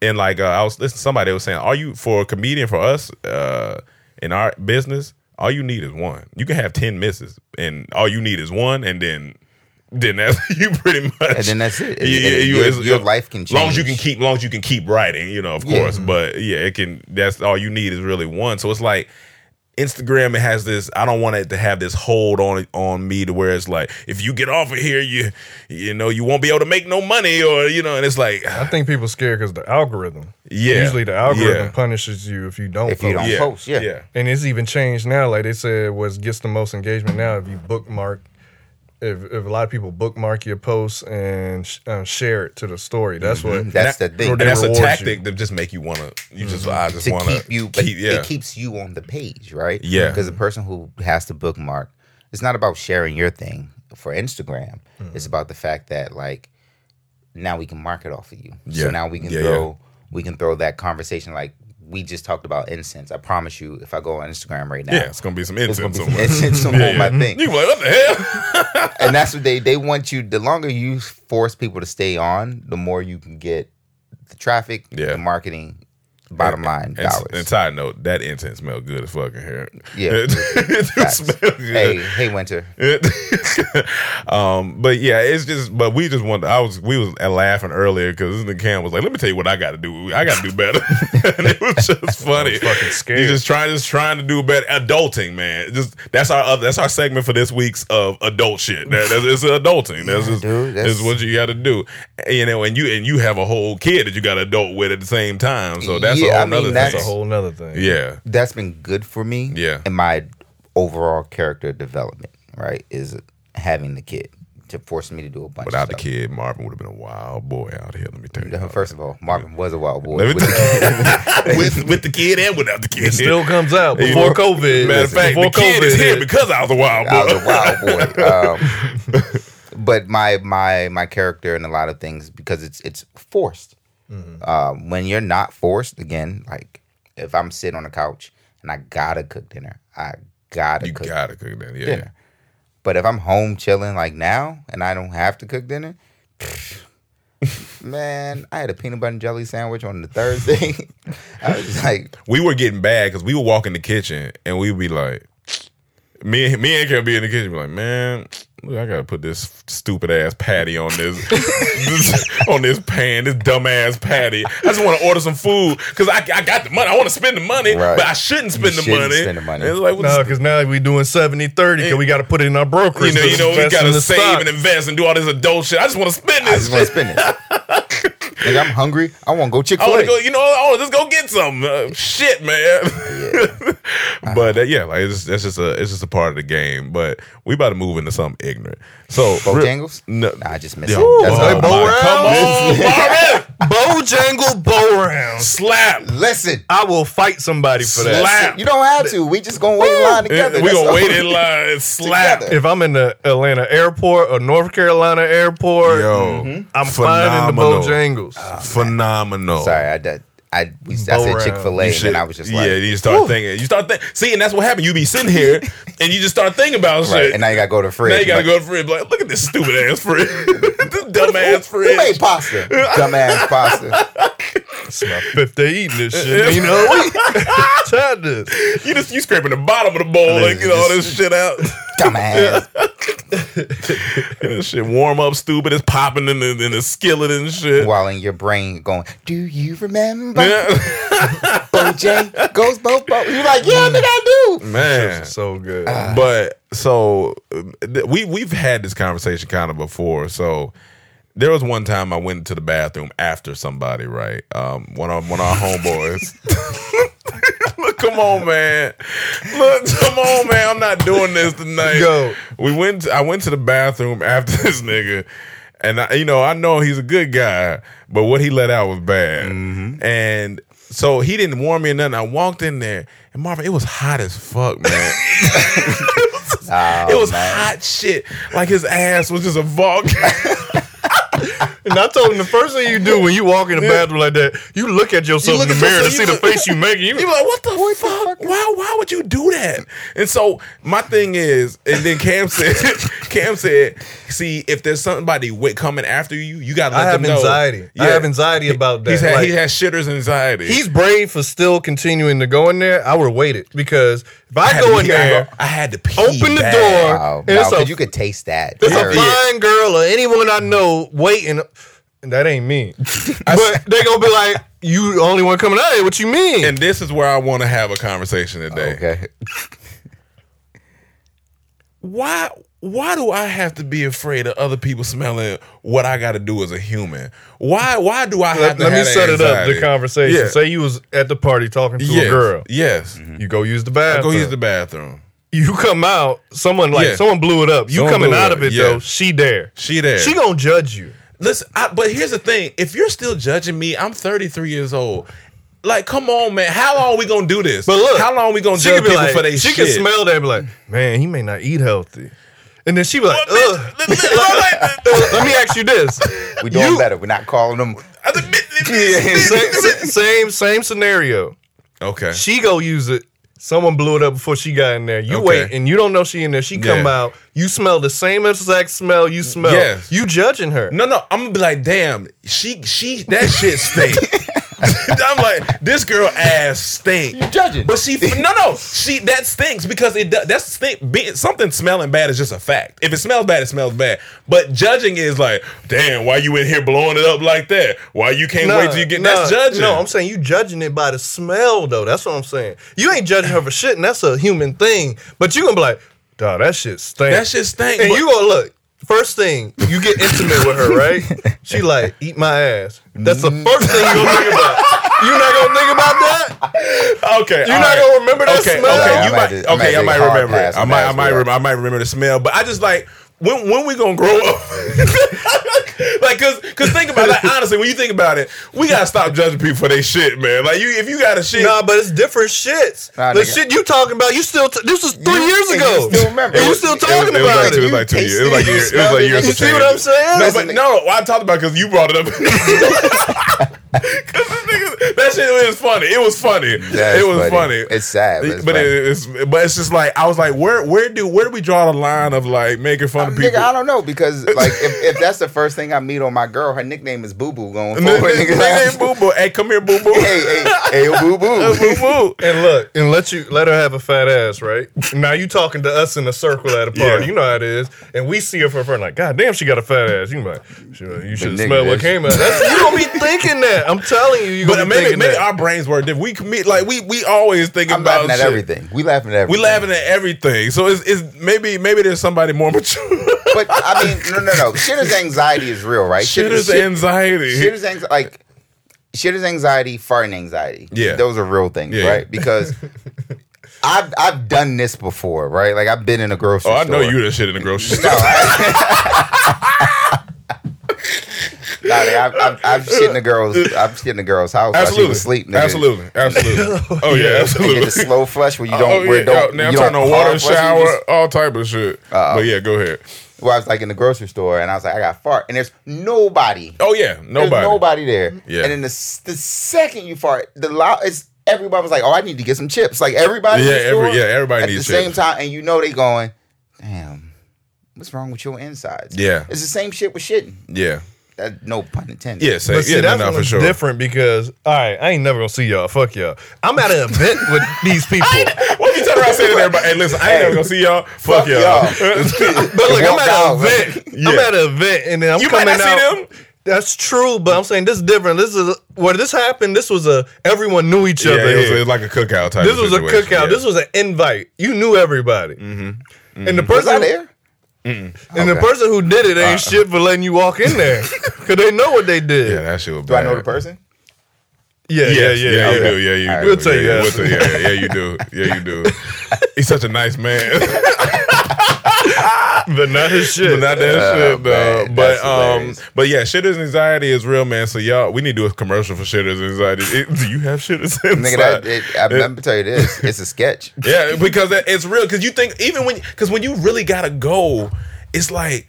C: and like uh, I was listening, somebody was saying, "Are you for a comedian for us uh, in our business? All you need is one. You can have ten misses, and all you need is one, and then then that's you pretty much.
H: And then that's it.
C: Yeah, yeah,
H: And
C: you-
H: your-
C: it's-
H: your life can
C: Long as you can
H: change.
C: keep, long as you can keep writing, you know, of
H: Yeah.
C: course. But yeah, it can. That's all you need is really one. So it's like Instagram. It has this. I don't want it to have this hold on on me to where it's like, if you get off of here, you you know, you won't be able to make no money, or you know, and it's like,
G: I think people scared because the algorithm.
C: Yeah.
G: Usually the algorithm
C: Yeah.
G: punishes you if you don't
C: If
G: post.
C: you don't Yeah. post, yeah. Yeah.
G: And it's even changed now. Like they said, what gets the most engagement now if you bookmark, if, if a lot of people bookmark your posts and sh- uh, share it to the story. That's what.
C: And that- and
G: they
C: Mm-hmm. that's a
G: reward you.
C: tactic that just make you want to. You just, I just
H: Mm-hmm. to
C: want
H: keep you, but
C: yeah.
H: it keeps you on the page, right?
C: Yeah.
H: because the person who has to bookmark, it's not about sharing your thing for Instagram.
C: Mm.
H: It's about the fact that like now we can market off of you.
C: Yeah.
H: So now we can
C: Yeah,
H: throw we can throw that conversation like. We just talked about incense. I promise you, if I go on Instagram right now,
C: Yeah, it's gonna be some
H: there's
C: incense
H: gonna
C: somewhere.
H: Some incense somewhere on
C: Yeah,
H: my
C: yeah.
H: thing.
C: You be like, what the
H: hell? and that's what they they want you. The longer you force people to stay on, the more you can get the traffic, the marketing, bottom line
C: And,
H: dollars.
C: and side note, that incense smell good as fucking hair.
H: Yeah.
C: It, it
H: Facts.
C: smell good.
H: Hey, hey, Winter.
C: It- um, but yeah, it's just. But we just want. I was. We was laughing earlier because the cam was like, "Let me tell you what I got to do. I got to do better." and it was just funny. fucking scared. You just trying, just trying to do better. Adulting, man. Just that's our other, that's our segment for this week's of adult shit. That, that's, it's adulting. That's just
H: dude,
C: that's
H: that's-
C: what you got to do. You know, and you and you have a whole kid that you got to adult with at the same time. So that's
H: Yeah,
C: a
H: I
C: whole
H: mean,
C: nother
H: that's-
C: thing.
H: That's a whole
G: nother thing.
C: Yeah.
H: that's been good for me.
C: Yeah.
H: and my overall character development, right, is having the kid to force me to do a bunch.
C: Without
H: of
C: the
H: stuff.
C: kid, Marvin would have been a wild boy out here. Let me tell you.
H: First of all, Marvin was a wild boy.
C: Let me
H: with the
C: with with the kid and without the kid.
H: It still
G: comes out
C: Hey,
H: before
C: look,
H: COVID.
C: Matter of
H: Listen,
C: fact, the
H: before
C: kid is
H: COVID
C: here
H: hit.
C: because I was a wild boy.
H: I was a wild boy. Um, but my my my character and a lot of things because it's it's forced.
C: Mm-hmm.
H: Um, when you're not forced, again, like if I'm sitting on the couch and I gotta cook dinner, I gotta
C: You
H: cook
C: gotta cook dinner, yeah.
H: dinner. But if I'm home chilling like now and I don't have to cook dinner, man, I had a peanut butter and jelly sandwich on the Thursday. I was just like,
C: we were getting bad because we would walk in the kitchen and we'd be like, me and me and Kim be in the kitchen, be like, man, look, I gotta put this stupid ass patty on this, this- on this pan, this dumb ass patty. I just want to order some food because I, I got the money. I want to spend the money,
H: Right.
C: but I shouldn't spend the
H: You shouldn't
C: money.
H: spend the money.
C: And it's like, what
G: No, because now we doing 70 30 because we got to put it in our
C: the- you
G: brokerage.
C: know, you know, we
G: invest in
C: gotta
G: the
C: save
G: stock.
C: and invest and do all this adult shit. I just want to spend
H: I
C: this.
H: just want to spin it. Like I'm hungry. I want to go Chick
C: I
H: Fil
C: want to
H: A.
C: go. You know, I want to just go get some uh, shit, man. but uh, yeah, like it's, that's just a it's just a part of the game. But we about to move into something ignorant. So
H: Oh,
C: Oh,
H: Bojangles?
C: No,
H: I just missed
C: Yeah.
H: it. That's
C: Ooh,
H: all.
C: Bob. Come on, Marvin.
G: Bojangle bow round.
C: Slap.
H: Listen,
G: I will fight somebody for that.
H: Listen, You don't have to. We just gonna wait in line together.
C: we
H: That's
C: gonna
H: all.
C: wait in line. and Slap.
H: Together.
G: If I'm in the Atlanta airport or North Carolina airport,
C: Yo,
G: Mm-hmm. I'm finding the Bojangles.
C: Uh, Phenomenal.
H: Oh, Sorry, I did. I, we, I said Chick Fil
C: You
H: A, and
C: should-
H: then I was just like,
C: yeah, you start
H: Whew.
C: thinking, you start thinking. See, and that's what happened. You be sitting here, and you just start thinking about
H: Right,
C: shit.
H: and now you gotta go to the fridge.
C: Now you gotta
H: Like,
C: go to the fridge. Like, look at this stupid ass fridge, this dumb ass
H: Who
C: fridge.
H: made pasta? Dumbass pasta.
G: It's my fifth day eating this shit. You know what? Try this.
C: You just you scraping the bottom of the bowl and get all this shit out.
H: Dumbass.
C: And this shit warm up stupid. It's popping in the, in the skillet and shit.
H: While in your brain going, do you remember
C: Yeah.
H: Bojang goes both bo? You're like, yeah, nigga, I do.
C: Man,
G: So good.
H: Ah.
C: but so um, th- we we've had this conversation kind of before. So there was one time I went to the bathroom after somebody, right? Um, one of one of our homeboys. Look, come on, man. Look, come on, man. I'm not doing this tonight.
G: Yo.
C: we went. I went to the bathroom after this nigga. And I, you know, I know he's a good guy, but what he let out was bad.
G: Mm-hmm.
C: And so he didn't warn me or nothing. I walked in there, and Marvin, it was hot as fuck, man.
H: Oh,
C: it was
H: man.
G: Oh,
C: hot shit. Like his ass was just a volcano.
G: And I told him the first thing you do when you walk in the bathroom like that, you look at yourself
C: look
G: in the
C: at
G: mirror to
C: yourself,
G: see
C: you
G: the
C: look-
G: face you making. You
C: You're like, what the fuck? Why, why would you do that? And so my thing is, and then Cam said, Cam said, see, if there's somebody wi- coming after you, you gotta let
G: I have
C: them know.
G: anxiety. I have anxiety about that.
C: He's had,
G: Like,
C: he has shitters anxiety.
G: He's brave for still continuing to go in there. I would wait it because if I,
C: had
G: go
C: to-
G: in
C: yeah,
G: there,
C: I had to pee
G: open the
C: bad.
G: door,
H: Wow,
G: and it's
H: wow,
G: a
H: 'cause you could taste that.
G: There's
H: Very-
G: a fine girl or anyone I know waiting. And that ain't me. but they gonna be like, "You the only one coming out here. What you mean?"
C: And this is where I want to have a conversation today.
H: Okay.
C: Why? Why do I have to be afraid of other people smelling what I got to do as a human? Why? Why do I have
G: Let,
C: to?
G: let me
C: have that
G: set it up.
C: anxiety?
G: The conversation.
C: Yeah.
G: Say you was at the party talking to
C: yes.
G: a girl.
C: Yes.
G: You go use the
C: I
G: bathroom.
C: go use the bathroom.
G: you come out. Someone like
C: Yeah.
G: someone blew it up. You
C: Someone
G: coming
C: blew it
G: out
C: up,
G: of it
C: yeah.
G: though. She there.
C: She there.
G: She gonna judge you.
C: Listen, I, but here's the thing: if you're still judging me, I'm 33 years old. Like, come on, man. How long we gonna do this?
G: But look,
C: how long we gonna
G: she
C: judge
G: could be
C: people
G: like,
C: for they
G: She
C: shit?
G: can smell that. And be like, man, he may not eat healthy. And then she be like, ugh. Let me ask you this.
H: we doing
G: You-
H: better. We're not calling them.
G: same, same same scenario.
C: Okay.
G: She go use it. Someone blew it up before she got in there. You
C: Okay.
G: wait, and you don't know she in there. She come
C: Yeah.
G: out. You smell the same exact smell you smell.
C: Yes.
G: You judging her.
C: No, no. I'm gonna be like, damn. She, she. That shit stink. I'm like, this girl ass stink.
H: You judging.
C: But she, no, no, she that stinks because it does. That's stink. Being, something smelling bad is just a fact. If it smells bad, it smells bad. But judging is like, damn, why you in here blowing it up like that? Why you can't wait till you get that's
G: nah,
C: judging?
G: No, I'm saying you judging it by the smell though. That's what I'm saying. You ain't judging her for shit, and that's a human thing. But you gonna be like, dog, that shit stink.
C: That shit stink,
G: And
C: but-
G: you gonna look. First thing, you get intimate with her, right? She like, eat my ass. That's the
C: Mm.
G: first thing you gonna think about. You not gonna think about that?
C: okay,
G: You're
C: all
G: not gonna remember that
C: okay,
G: smell?
C: Okay,
H: I
C: you
H: might
C: might,
H: just- I
C: okay,
H: might
C: I might
H: just hard
C: remember it.
H: pass
C: I
H: and
C: might, I
H: pass
C: might,
H: it up.
C: remember, I might remember the smell. But I just like when when we gonna grow up? like, cause, cause think about it. Like, honestly, when you think about it, we gotta stop judging people for their shit, man. Like, you if you got a shit,
G: Nah, but it's different shits.
H: Nah,
G: the
H: nigga.
G: shit you talking about, you still. T- this was three
H: You-
G: years
H: and
G: ago.
H: you still remember.
G: And you
H: It
G: still
H: was- it
G: talking
C: it was
G: about
C: like,
G: it.
C: It was like two years. It was like,
H: You
C: year, it was like years.
G: You
C: of
G: see what
C: change.
G: I'm saying?
C: No, but no, I talked about because you brought it up. 'Cause this nigga- that shit was funny. It was funny.
H: That's
C: it was funny.
H: funny. It's sad, but it's
C: but,
H: funny.
C: it- it's but it's just like I was like, where where do where do we draw the line of like making fun of people?
H: Nigga, I don't know because like if, if that's the first thing I meet on my girl, her nickname is Boo Boo. Going
C: And then-
H: forward, nigga.
C: then- then Boo Boo. Hey, come here, Boo Boo.
H: hey, hey, hey, Boo Boo.
C: Boo Boo.
G: And look, and let you let her have a fat ass, right? Now you talking to us in a circle at a party.
C: Yeah.
G: You know how it is. And we see her for a friend, like, God damn, she got a fat ass. You like, sure, you should
H: nigga,
G: smell what
H: that's-
G: came out. That's, you gonna be thinking that. I'm telling you, you gonna
C: But
G: be
C: maybe
G: thinking
C: maybe
G: that.
C: our brains were different. We commit like we we always thinking
H: I'm
C: about
H: laughing at
C: shit.
H: everything. We laughing at
C: We
H: everything.
C: laughing at everything. So it's, it's maybe maybe there's somebody more mature.
H: But I mean, no, no, no. Shitter's anxiety is real, right?
C: shit is
H: shit-
C: anxiety.
H: Shitter's anxiety, like shitter's anxiety, farting anxiety.
C: Yeah.
H: those are real things,
C: Yeah.
H: right? Because I've I've done this before, right? Like I've been in a grocery.
C: oh, I
H: store.
C: know you that shit in the grocery
H: No,
C: store.
H: I- Nah, nigga, I've, I've, I've shit in the girls. I've shit in the girls' house. while she
C: Absolutely,
H: was asleep, nigga.
C: absolutely, absolutely. Oh yeah,
H: Nigga, the
C: absolutely.
H: slow flush where you don't.
C: Oh
H: where
C: yeah,
H: don't,
C: now
H: you
C: turn
H: don't
C: on water,
H: hard flush, you
C: shower,
H: just-
C: all type of shit. but yeah, go ahead.
H: Well, I was like in the grocery store, and I was like, I got fart, and there's nobody.
C: Oh yeah,
H: There's
C: nobody. Mm-hmm.
H: nobody there.
C: Yeah.
H: And then the, s- the second you fart, the loud it's everybody was like, "Oh, I need to get some chips." Like everybody. in
C: Yeah,
H: the
C: every-
H: store
C: yeah, everybody
H: at
C: needs
H: the same
C: chips.
H: time, and you know they going, "Damn, what's wrong with your insides?"
C: Yeah.
H: It's the same shit with shitting.
C: Yeah,
H: That, no pun intended.
C: yeah, say,
G: But see,
C: yeah, no,
G: that
C: no, for
G: one's
C: sure.
G: different because all right, I ain't never gonna see y'all. Fuck y'all. I'm at an event with these people.
C: What you turn around saying to everybody? Hey, listen, I ain't never gonna see y'all. Fuck, y'all.
G: But look, I'm
H: Walk
G: at
H: out,
G: an event. I'm
C: Yeah.
G: at an event, and then I'm
C: You might
G: coming
C: not see
G: out.
C: them.
G: That's true, but I'm saying this is different. This is where this happened. This was a everyone knew each
C: yeah,
G: other.
C: it was,
G: here.
C: it was like a cookout type.
G: this
C: of
G: was a
C: situation,
G: cookout.
C: yeah. Mm-hmm.
G: This was an invite. You knew everybody, and the
H: Was I
G: person
H: there?
G: and the
H: Okay.
G: person who did it ain't shit for letting you walk in there because they know what they did.
C: Uh, yeah, that shit was
H: Do
C: bad.
H: I know the person?
G: Yeah,
C: Yeah, yeah, yeah, you
G: yeah.
C: do. Yeah, you
H: All right.
C: do.
H: We'll
G: tell you
C: yeah,
G: that.
C: we'll tell you. yeah, yeah, you do. Yeah, you do. He's such a nice man.
G: but not his shit. Oh,
C: but not that shit, though.
H: Oh, man,
C: But
H: that's
C: um,
H: hilarious.
C: but yeah, shitters anxiety is real, man. So y'all, we need to do a commercial for shitters anxiety. It- do you have shitters anxiety?
H: Nigga, that, it, I, am gonna tell you this. It's a sketch.
C: yeah, because it- it's real. Because you think even when because when you really gotta go, it's like.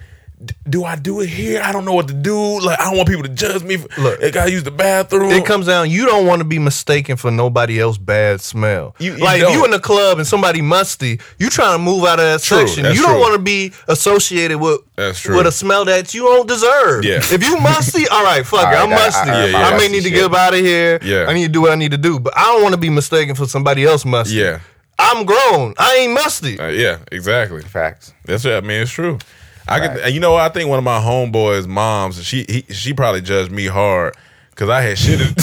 C: do I do it here? I don't know what to do. Like I don't want people to judge me. For, Look, I gotta use the bathroom.
G: It comes down. You don't want to be mistaken for nobody else bad smell.
C: You- you
G: like if you
C: don't.
G: in the club and somebody musty, you trying to move out of that
C: True,
G: section.
C: that's
G: You don't
C: true.
G: want to be associated with
C: That's true.
G: with a smell that you don't deserve.
C: Yeah.
G: If you musty, all right, fuck it,
C: All
G: I'm
C: right, I- I
G: musty. I,
C: heard about
G: may
C: musty
G: need to
C: shit.
G: get up out of here.
C: Yeah.
G: I need to do what I need to do, but I don't want to be mistaken for somebody else musty.
C: Yeah.
G: I'm grown. I ain't musty.
C: Uh, yeah, exactly.
H: Facts.
C: That's right. I mean, it's true. I could, and you know, I think one of my homeboys' moms, she he, she probably judged me hard because I had shit. In,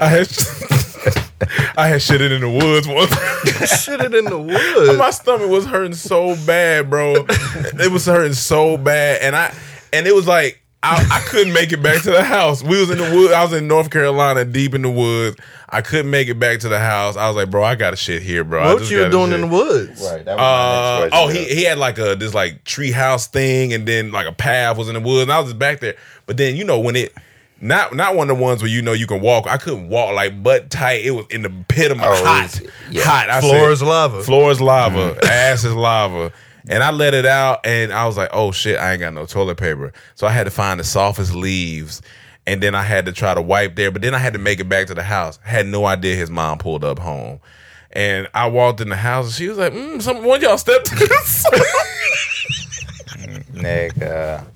C: I had I had shit in the woods once.
G: shit it in the woods.
C: my stomach was hurting so bad, bro. it was hurting so bad, and I and it was like I, I couldn't make it back to the house. We was in the woods. I was in North Carolina, deep in the woods. I couldn't make it back to the house. I was like, bro, I got to shit here, bro. I
G: what
C: just
G: you
C: gotta
G: doing
C: shit.
G: in the woods?
H: Right.
C: Uh, oh, he, he had like a this like treehouse thing, and then like a path was in the woods, and I was just back there. But then you know when it not not one of the ones where you know you can walk. I couldn't walk like butt tight. It was in the pit of my
H: Oh, it
C: hot,
H: was- yeah.
C: hot. I
G: Floor
C: said,
G: is lava. Mm-hmm.
C: Floor is lava. ass is lava. And I let it out, and I was like, oh shit, I ain't got no toilet paper, so I had to find the softest leaves. And then I had to try to wipe there, but then I had to make it back to the house. had no idea his mom pulled up home. And I walked in the house and she was like, mm, some, one of y'all stepped to this.
H: Nigga.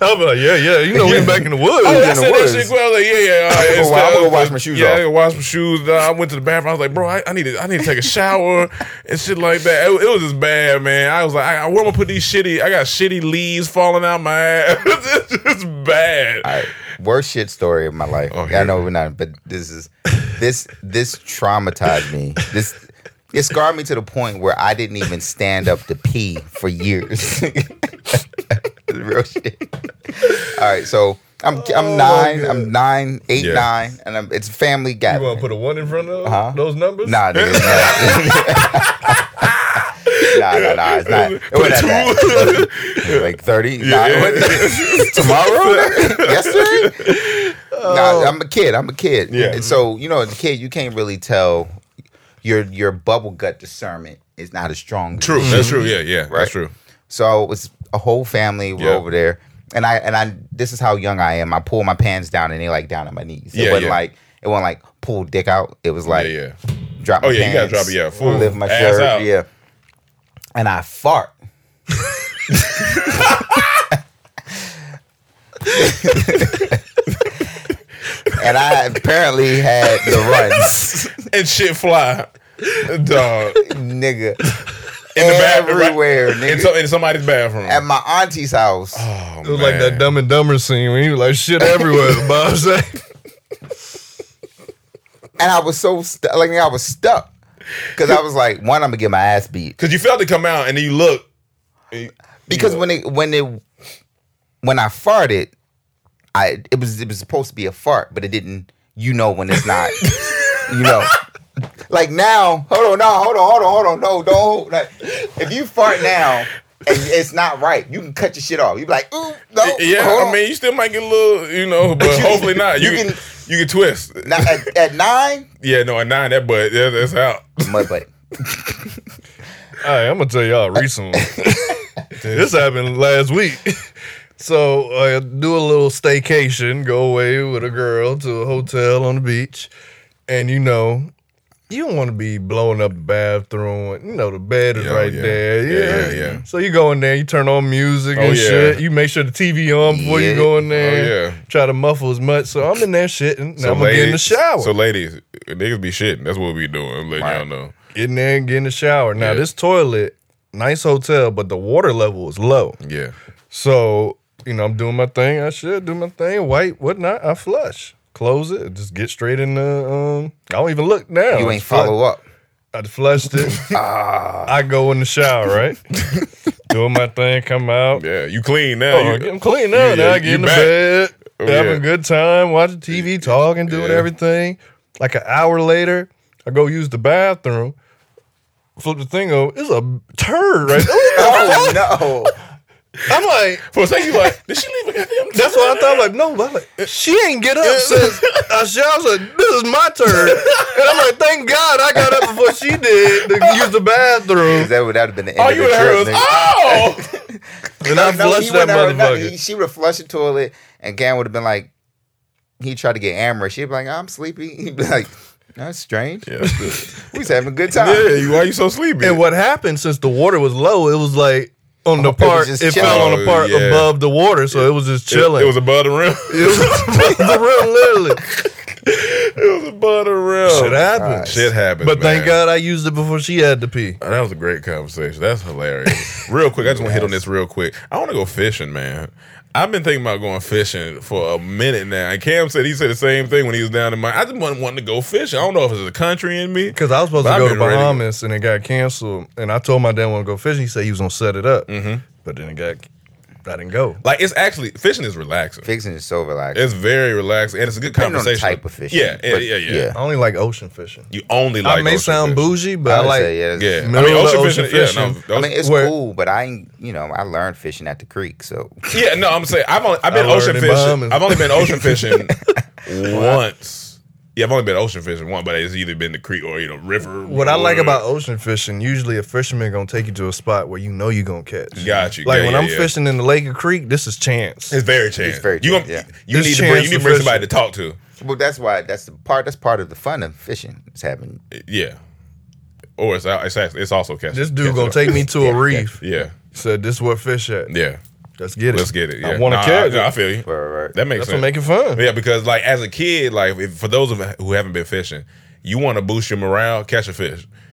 G: I'm like, yeah, yeah. You know, we back in the woods.
C: Oh,
H: in
C: I
H: the
C: said that
H: woods.
C: shit quick. I was like, yeah, yeah. all right,
H: I'm gonna
C: it's,
H: go- I'm gonna
C: uh,
H: go wash my shoes
C: Yeah,
H: off.
C: I gotta wash my shoes. Uh, I went to the bathroom. I was like, bro, I, I need to, I need to take a shower and shit like that. It, it was just bad, man. I was like, I, where am I gonna put these shitty? I got shitty leaves falling out my ass. it's just bad.
H: All right. Worst shit story of my life.
C: Oh,
H: I know
C: here.
H: we're not, but this is this this traumatized me. This it scarred me to the point where I didn't even stand up to pee for years. Real shit. All right, so I'm
C: Oh,
H: I'm nine. I'm nine, eight,
C: Yeah.
H: nine, and I'm, it's family
G: You
H: gathering.
G: want to put a one in front of
H: Huh?
G: those numbers?
H: Uh-huh. Nah, nigga. it's not. nah, nah, nah. It's not. It wasn't that bad. like 30? Nah, it wasn't- Tomorrow? Yesterday? Nah, I'm a kid. I'm a kid.
C: Yeah.
H: And so, you know, as a kid, you can't really tell your your bubble gut discernment is not as strong.
C: True. That's true. Yeah, yeah.
H: Right.
C: That's true.
H: So it was a whole family were
C: Yeah.
H: over there, and I and I this is how young I am. I pull my pants down and they like down at my knees. It
C: Yeah,
H: wasn't
C: yeah.
H: like it wasn't like pull dick out. It was like
C: yeah, yeah.
H: drop.
C: Oh,
H: my
C: yeah, you gotta drop
H: pants,
C: it, yeah, full
H: lift my
C: ass
H: shirt,
C: out.
H: yeah. And I fart. and I apparently had the runs,
C: And shit fly, dog.
H: nigga,
C: In the bathroom, right?
H: everywhere,
C: In,
H: nigga.
C: some, in somebody's bathroom.
H: at my auntie's house.
C: oh,
G: It was like that Dumb and Dumber scene when he was like shit everywhere. Bob said,
H: and I was so stu- like I was stuck because I was like, one, I'm gonna get my ass beat
C: Because you felt it come out, and then you look.
H: because when it when it when I farted, I it was it was supposed to be a fart, but it didn't. You know when it's not, you know. Like now, hold on, no, hold on, hold on, hold on, no, don't. Like, if you fart now and it's not right, you can cut your shit off. You be like, ooh, no,
C: Yeah,
H: hold
C: I
H: on.
C: mean, you still might get a little, you know, but
H: you-
C: hopefully not. You,
H: you
C: can,
H: can-
C: you can twist.
H: Now, at, at nine,
C: Yeah, no, a nine that butt, yeah, that's out.
H: mud buddy.
G: All right, I'm gonna tell y'all recently. this happened last week. So I do a little staycation, go away with a girl to a hotel on the beach, and you know, you don't want to be blowing up the bathroom. You know, the bed is
C: Yeah, oh,
G: right
C: yeah.
G: there.
C: Yeah,
G: Yeah.
C: yeah, yeah.
G: So you go in there, you turn on music
C: Oh,
G: and
C: yeah. Oh,
G: shit. You make sure the TV on before
H: Yeah.
G: you go in there.
C: yeah.
G: Try to muffle as much. So I'm in there shitting. and I'm gonna get in the shower.
C: So, ladies, niggas be shitting. That's what we doing. I'm letting y'all know.
G: get in there and get in the shower. Now
C: Yeah.
G: this toilet, nice hotel, but the water level is low.
C: Yeah.
G: So, you know, I'm doing my thing. I should do my thing. White, whatnot. I flush. Close it. Just get straight in the um I don't even look now.
H: You ain't follow up. Ah.
G: I just flushed it. I go in the shower, right? Doing my thing, come out.
C: Yeah, you clean now.
G: Oh,
C: you,
G: I'm clean now.
C: yeah,
G: now I get
C: you
G: in the
C: back.
G: bed,
C: Oh,
G: having
C: yeah.
G: a good time, watching TV, talking, doing
C: Yeah.
G: everything. Like an hour later, I go use the bathroom, flip the thing over. It's a turd, right?
H: Oh no!
G: I'm like,
C: For a second, you like, did she leave a goddamn
G: that's what I thought. Like, no, but I'm like, she ain't get up since I showered. I was like, this is my turn. And I'm like, thank God I got up before she did to use the bathroom.
H: That would that have been the end
C: All
H: of
C: you
H: the
C: would have heard
H: trip.
C: was,
H: nigga.
C: oh!
G: all. Then I flushed that motherfucker.
H: she would have flushed the toilet, and Cam would have been like, he tried to get Amber. She'd be like, I'm sleepy. He'd be like, that's strange. we was having a good time.
G: And what happened since the water was low, it was like on the
H: it was
G: part, it,
H: just
G: fell on
H: chilling.
G: the part
H: Oh, yeah.
G: above the water, so it, was just chilling.
C: It, was above the rim.
G: It was above the rim, literally.
C: it was above the rim.
G: Shit happens.
C: Oh, Shit happens.
G: But thank
C: man.
G: God I used it before she had to pee.
C: Oh, that was a great conversation. That's hilarious. real quick, I just want to hit on this real quick. I want to go fishing, man. I've been thinking about going fishing for a minute now. And Cam said he said the same thing when he was down in my. I just wasn't wanting to go fishing. I don't know if it's a country in me
G: because I was supposed to go to
C: Bahamas.
G: Bahamas and it got canceled. And I told my dad I want to go fishing. He said he was gonna set it up,
C: Mm-hmm.
G: but then it got. I didn't go.
C: Like it's actually fishing is relaxing.
H: Fishing is so relaxing.
C: It's very relaxing and it's a good
G: Depending on the
C: conversation.
G: type of fishing,
C: Yeah, yeah,
G: but
C: yeah, yeah,
G: yeah. I only like ocean fishing.
C: You only
G: I
C: like.
G: may
C: ocean
G: sound
C: fishing.
G: bougie, but I, like
C: Yeah, I
G: middle
C: mean
G: of the
C: ocean, fishing. Yeah, no,
H: I mean, it's
G: where-
H: cool, but I, ain't- you know, I learned fishing at the creek, so
C: Yeah, no, I'm saying I've only I've been
H: I learned
C: ocean
H: in
C: fishing.
H: Bahamas.
C: I've only been ocean fishing once. Yeah, I've only been ocean fishing once, but it's either been the creek or you know river.
G: What I like
C: or-
G: about ocean fishing, usually a fisherman gonna take you to a spot where you know you're gonna catch.
C: Got you.
G: Like
C: Yeah,
G: when
C: yeah,
G: I'm
C: yeah.
G: fishing in the lake or creek, this is chance.
C: It's very chance. You gonna- you need
G: It's
C: to bring-
G: chance
C: you need to
G: for
C: bring
G: fishing.
C: somebody to talk to.
H: Well, that's why that's the part. That's part of the fun of fishing. It's happening.
C: Yeah, or it's it's, actually, it's also catching.
G: This dude
C: catching
G: gonna
C: up.
G: take me to a
C: Yeah,
G: reef.
C: Yeah,
G: Said this is where fish at.
C: yeah.
G: Let's get it.
C: Let's get it. Yeah.
G: I want to
C: Nah,
G: catch.
C: I, I
G: it.
C: feel you. That makes
G: That's
C: sense.
G: what make it fun.
C: Yeah, because like as a kid, like if, for those of who haven't been fishing, you want to boost your morale, catch a fish.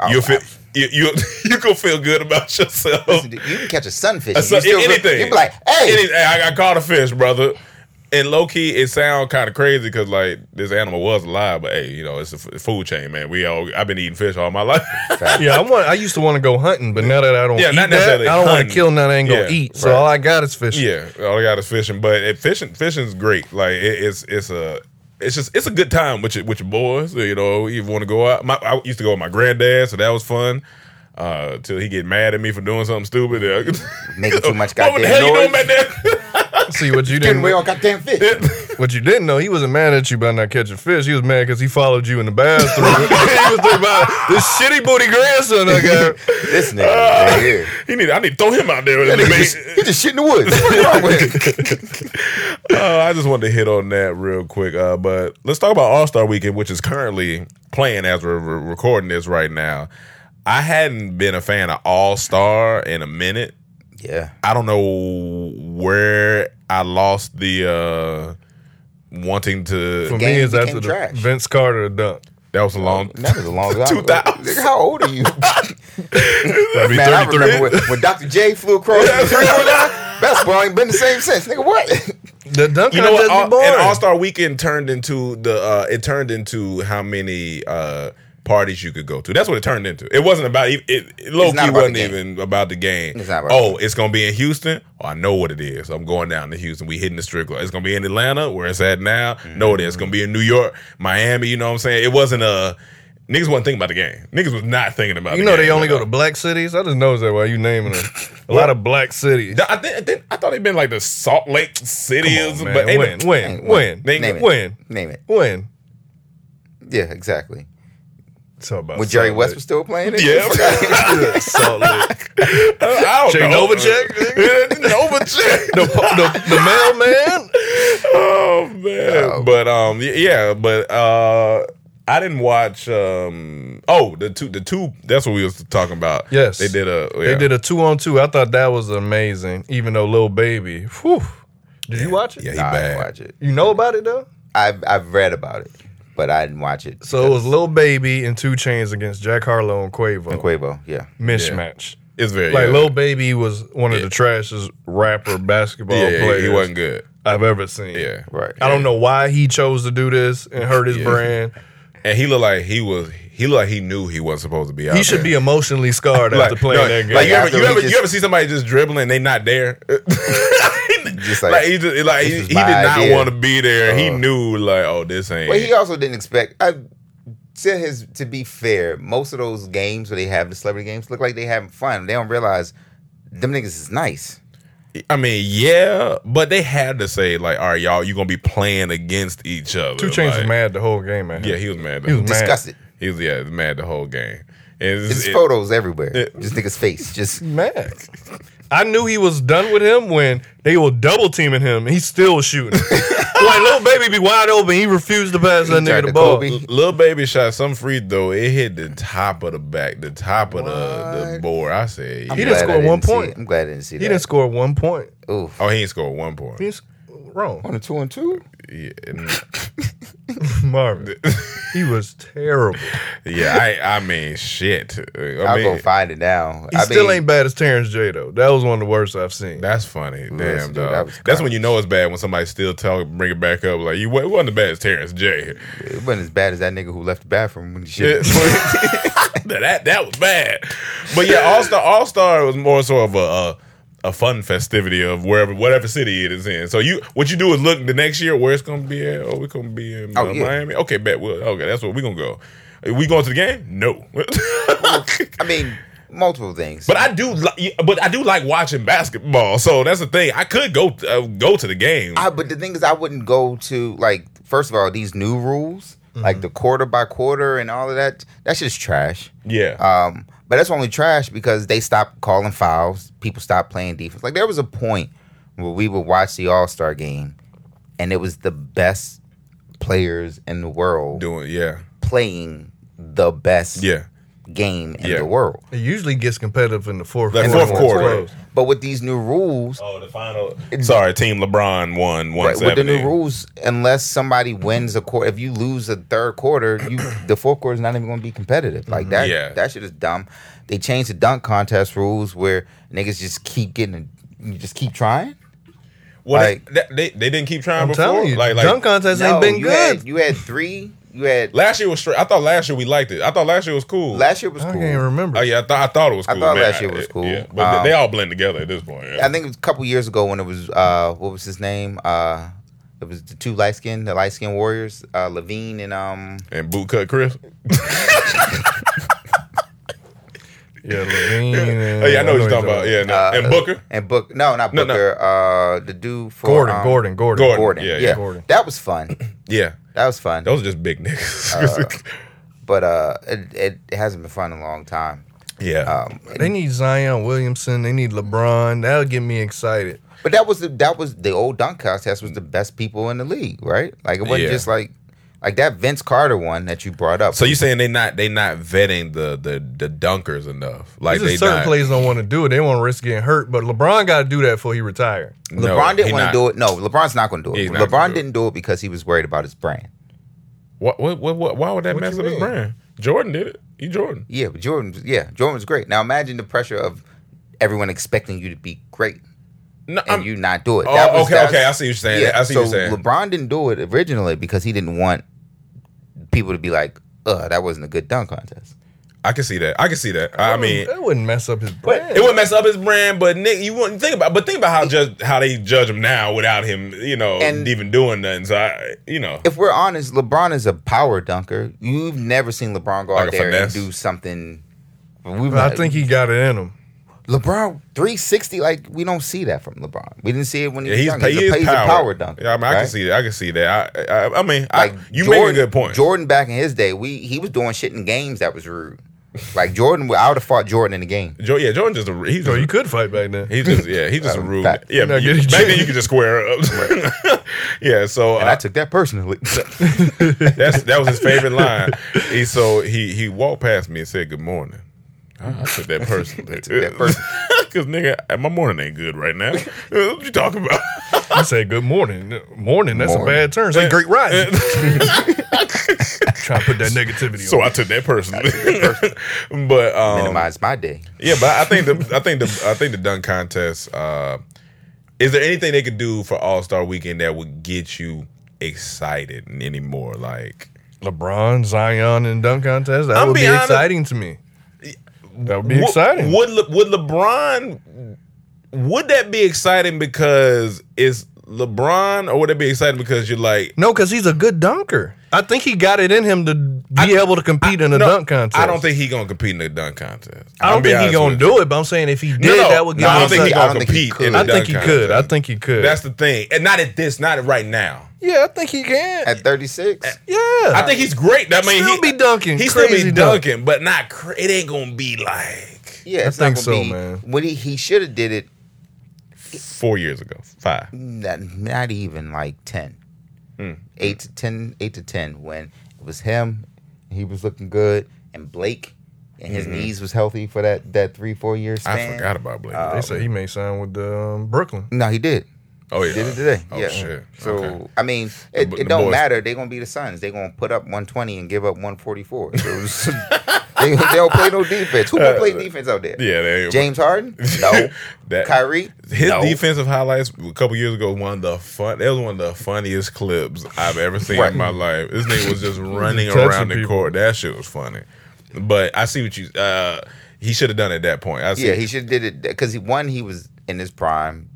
H: Oh,
C: you feel you, you you gonna feel good about yourself. you
H: can catch a sunfish.
C: A
H: and you
C: sun,
H: still feel-
C: anything.
H: you be like, hey.
C: Any- I, I caught a fish, brother. And low key, it sound kind of crazy because like this animal was alive, but hey, you know it's a f- food chain, man. We all I've been eating fish all my life.
G: yeah, I want. I used to want to go hunting, but now that I don't,
C: Yeah,
G: eat
C: not
G: that,
C: necessarily
G: I don't want
C: hunting.
G: to kill nothing. I ain't gonna
C: Yeah,
G: eat. So
C: right.
G: all I got is fishing.
C: Yeah, all I got is fishing, but it, fishing fishing's great. Like it, it's it's a it's just it's a good time with your with your boys. You know, you want to go out. My, I used to go with my granddad, so that was fun. Uh, till he get mad at me for doing something stupid,
H: making too much
C: What the
H: goddamn
C: hell you doing
H: noise."
C: back there?
G: See what you
H: Getting
G: didn't.
H: away on goddamn fish.
G: What you didn't know, he wasn't mad at you by not catching fish. He was mad because he followed you in the bathroom. he was thinking about this shitty booty grandson I got.
H: this nigga
G: right
H: here.
C: He need. I need to throw him out there.
G: nigga
H: he just shit in the woods.
C: uh, I just wanted to hit on that real quick. Uh, but let's talk about All Star Weekend, which is currently playing as we're we're recording this right now. I hadn't been a fan of All Star in a minute.
H: Yeah.
C: I don't know where I lost the uh wanting to.
G: For me, it's after the Vince Carter dunk.
C: That was a long.
H: That was a long
C: time. Two thousand.
H: Nigga, how old are you?
C: be
H: Man, I
C: 33.
H: remember when, when Dr. J flew across the three point line. Basketball ain't been the same since. Nigga, what?
G: The dunk
C: You know what?
H: contest be
C: All,
H: boring.
C: and All Star Weekend turned into the. uh It turned into how many. uh Parties you could go to. That's what it turned into. It wasn't about e- it. it low
H: not
C: key
H: about the
C: wasn't
H: game.
C: even about the game.
H: It's not about
C: oh, it's gonna be in Houston. Oh, I know what it is. I'm going down to Houston. We hitting the strip club. It's gonna be in Atlanta, where it's at now. No, it is. It's gonna be in New York, Miami. You know what I'm saying? It wasn't a niggas wasn't thinking about the game. Niggas was not thinking about.
G: You
C: the
G: know
C: game
G: they only
C: at all.
G: go to black cities. I just noticed that while you naming them. A lot of black cities.
C: I think, I think I thought they'd been like the Salt Lake City
G: Come
C: or
G: on,
C: something,
G: man.
C: but ain't
G: When?
C: no-
G: When?
C: ain't-
G: When?
C: They ain't-
G: Name it.
C: when?
H: Name it.
G: When?
H: Yeah, exactly.
G: So about
H: When Jerry
G: Salt
H: West
G: Lake.
H: was still playing it?
G: Yeah. Yeah, Salt Lake. I
H: don't know.
G: Novacek?
C: Novacek.
G: the, po- the, the mailman?
C: Oh man. But um y- yeah, but uh I didn't watch um oh the two the two that's what we was talking about.
G: Yes.
C: They did a
G: They did a two on two. I thought that was amazing, even though Lil Baby. Whew. Did you watch it?
H: Yeah, he nah, I didn't watch it.
G: You know about it though?
H: I've, I've read about it, but I didn't watch it.
G: So it was Lil Baby and Two Chains against Jack Harlow and Quavo.
H: And Quavo, yeah.
G: Mismatch.
C: It's very
G: like
C: yeah.
G: Lil Baby was one of the trashest rapper basketball
C: Yeah, he- he
G: players.
C: wasn't good.
G: I've ever seen.
C: Yeah.
H: Right.
G: I don't know why he chose to do this and hurt his
C: Yeah.
G: brand.
C: And he looked like he was he looked like he knew he wasn't supposed to be out
G: He should
C: there.
G: be emotionally scarred
C: like,
G: after playing
C: no,
G: that game.
C: Like you ever, you, ever, you ever see somebody just dribbling and they not there?
H: Just
C: Like,
H: like,
C: he just, like he,
H: this was
C: he did
H: my
C: not
H: idea.
C: want to be there. he
H: Uh.
C: knew like oh this ain't.
H: Well, he also didn't expect. I to his to be fair, most of those games where they have the celebrity games look like they having fun. They don't realize them niggas is nice.
C: I mean, yeah, but they had to say like, all right, y'all, you gonna be playing against each other.
G: Two Chains was
C: like-
G: mad the whole game, man.
C: Yeah, he was mad.
G: He was mad. Disgusted.
C: He was yeah, he was mad the whole game.
H: There's photos everywhere. This nigga's face just
G: mad. I knew he was done with him when they were double teaming him and he still was shooting. like little baby be wide open, he refused to pass that nigga the ball.
C: Little baby shot some free though. It hit the top of the back, the top of the, the board. I said
G: He didn't score one point.
H: I'm glad I didn't see
G: He didn't score one point.
H: Oof.
C: Oh, he didn't score one point.
G: He's wrong.
H: On a two and two?
C: Yeah,
G: Marvin. he was terrible.
C: yeah. I, I mean, shit. I
H: I'll
C: mean,
H: go find it now.
G: He
H: I
G: still
H: mean,
G: ain't bad as Terrence J though. That was one of the worst I've seen.
C: That's funny. Damn,
H: Mm, dude,
C: dog.
H: that was
C: That's when you know it's bad when somebody still talk, bring it back up. Like you, wa- it wasn't as bad as Terrence J.
H: It wasn't as bad as that nigga who left the bathroom when he
C: Yeah.
H: shit.
C: Now, that that was bad. But yeah, All Star All Star was more sort of a, a a fun festivity of wherever whatever city it is in. So you what you do is look the next year where it's gonna be at. Oh, we're gonna be in uh,
H: Oh, yeah.
C: Miami. Okay, bet we'll okay, that's where we're gonna go. Are we going to the game? No.
H: I mean, multiple things.
C: But I do, li- but I do like watching basketball. So that's the thing. I could go uh, go to the game.
H: I, but the thing is, I wouldn't go to like. First of all, these new rules,
G: Mm-hmm.
H: like the quarter by quarter and all of that, that's just trash.
C: Yeah.
H: Um, but that's only trash because they stopped calling fouls. People stopped playing defense. Like there was a point where we would watch the All Star game, and it was the best players in the world
C: doing yeah
H: playing the best
C: yeah
H: game in
G: Yeah.
H: the world.
G: It usually gets competitive in the fourth
C: That
G: quarter.
C: fourth quarter.
H: But with these new rules,
C: oh, the final. Sorry, Team LeBron won one
H: Right, with the new rules, unless somebody wins a quarter, if you lose a third quarter, you the fourth quarter is not even going to be competitive.
G: Mm-hmm.
H: Like that,
C: Yeah.
H: that shit is dumb. They changed the dunk contest rules where niggas just keep getting, you just keep trying.
C: Well,
H: like-
C: they, they, they didn't keep trying
G: I'm
C: before.
G: telling you,
C: like, like
G: dunk contest ain't
H: No,
G: been
H: you
G: good.
H: Had, you had three. You had
C: last year was straight. I thought last year we liked it. I thought last year was cool.
H: last year was
G: I
H: cool.
G: can't remember.
C: Oh yeah, I thought I thought it was.
H: I
C: cool.
H: thought
C: man.
H: last year was
C: I-
H: cool.
C: Yeah, but they-
H: Um,
C: they all blend together at this point. yeah.
H: I think it was a couple years ago when it was uh what was his name? Uh it was the two light skinned the light skinned warriors, uh Levine and um
C: and bootcut Chris.
G: Yeah, Levine.
C: Oh, yeah, I know what you're talking about. Yeah, no.
H: uh,
C: and Booker.
H: And Booker no, not
C: No, no.
H: Booker, uh the dude for
G: Gordon,
H: um,
G: Gordon, Gordon,
C: Gordon.
H: Gordon.
C: Yeah,
H: Yeah,
C: yeah.
G: Gordon.
H: That was fun.
C: Yeah,
H: That was fun.
C: those are just big niggas.
H: but uh it, it, it hasn't been fun in a long time.
C: yeah,
H: Um
G: They need Zion Williamson. They need LeBron. That'll get me excited.
H: but that was the that was the old dunk contest was the best people in the league, right? Like it wasn't
C: Yeah.
H: just like Like that Vince Carter one that you brought up.
C: So you saying they not they not vetting the the, the dunkers enough? Like
G: There's
C: they
G: just certain
C: not,
G: players don't want to do it. They want to risk getting hurt. But LeBron got to do that before he retire.
H: LeBron didn't want to do it. No, LeBron's not going to do it.
G: He's not
H: LeBron didn't do it because he was worried about his brand.
C: What? What? What? what why would that
H: What
C: mess
H: you
C: up his
H: mean?
C: brand? Jordan did it. He Jordan.
H: Yeah, but Jordan. Yeah, Jordan was great. Now imagine the pressure of everyone expecting you to be great, and you not do it.
C: Oh, okay, okay, I see what you're saying. I see
H: so
C: what you're saying.
H: LeBron didn't do it originally because he didn't want people to be like, "Ugh, that wasn't a good dunk contest."
C: I can see that. I can see that. I mean,
G: That wouldn't mess up his
C: But it would mess up his brand. But Nick, you wouldn't think about. But think about how judge, how they judge him now without him, you know,
H: And-
C: even doing nothing. So I, you know,
H: If we're honest, LeBron is a power dunker. You've never seen LeBron go
C: Like
H: out
C: a
H: there
C: finesse?
H: and do something.
G: But I think he got it in him.
H: LeBron 360. Like we don't see that from LeBron. We didn't see it when he
C: Yeah,
H: was
C: he's,
H: younger.
C: pa- he
H: a,
C: is
H: he's
C: power.
H: a power dunker.
C: Yeah, I, mean, I can
H: right?
C: see that. I can see that. I, I, I mean, I, you make a good point.
H: Jordan back in his day, we he was doing shit in games that was rude. Like Jordan, I would have fought Jordan in the game.
C: Jo- yeah, Jordan just a he's
G: So you could fight back then.
C: He's just yeah, he's just rude.
H: fact.
C: Yeah,
H: You're not
C: you,
H: getting
C: back then
H: you.
C: you could just square up. yeah, so uh,
H: and I took that personally.
C: that's that was his favorite line. He so he he walked past me and said good morning. I I took that personally. Because nigga, my morning ain't good right now. What you talking about?
G: I said good morning. Morning, that's
C: Morning.
G: a bad term. Say great rising. Try to put that negativity.
C: So
G: on.
C: I took that personally. but um,
H: minimize my day.
C: Yeah, but I think the I think the I think the dunk contest. Uh, is there anything they could do for All Star Weekend that would get you excited anymore? Like
G: LeBron, Zion, and dunk contest. That
C: I'm
G: would be
C: being honest-
G: exciting to me. That would be
C: Wo-
G: exciting.
C: Would Le, would LeBron would that be exciting because it's LeBron, or would it be exciting because you're like
G: No, because he's a good dunker. I think he got it in him to be able to compete in a
C: no,
G: dunk contest.
C: I don't think he gonna compete in the dunk contest.
G: I
C: I'll
G: don't
C: be
G: think he's
C: honest
G: gonna
C: with
G: do it, but I'm saying if he did,
C: you. No,
G: that would.
C: no, I don't think he's gonna
G: think he
C: compete in
G: could.
C: the
G: I
C: dunk
G: think he could. I
C: contest.
G: think he could.
C: That's the thing, and not at this, not right now.
G: yeah, I think he can.
H: At 36,
G: yeah,
C: I think he's great. I mean,
G: Still
C: he
G: be dunking.
C: He still
G: Crazy
C: be
G: dunk.
C: dunking, but not. Cra- it ain't gonna be like
H: yeah,
G: I
H: it's not
G: think
H: gonna
G: so,
H: be,
G: man.
H: When he, he should have did it,
C: four years ago, five.
H: not, not even like ten,
G: Hmm.
H: eight to ten, eight to ten. When it was him, he was looking good, and Blake, and his
G: Mhm.
H: knees was healthy for that that three four year span.
G: they
C: Uh,
H: Um,
G: said he may sign with um, Brooklyn.
H: No, he did.
C: Oh yeah,
H: did it today.
G: Oh,
H: yeah.
G: shit.
H: So
G: Okay.
H: I mean, it,
G: The-
H: it
G: the
H: don't
G: boys-
H: matter. They're gonna be the Suns. They're gonna put up 120 and give up 144. So it's- they, they don't play no defense. Who gonna play
G: Uh,
H: defense out there?
C: Yeah, they
H: James Harden? No.
C: that
H: Kyrie?
C: His
H: No.
C: defensive highlights a couple years ago, one of the fun. That was one of the funniest clips I've ever seen
H: Right.
C: in my life. This nigga was just running
G: Touching
C: around the
G: people.
C: court. That shit was funny. But I see what you. uh He should have done it at that point. I see.
H: Yeah, he should did it because he one he was in his prime.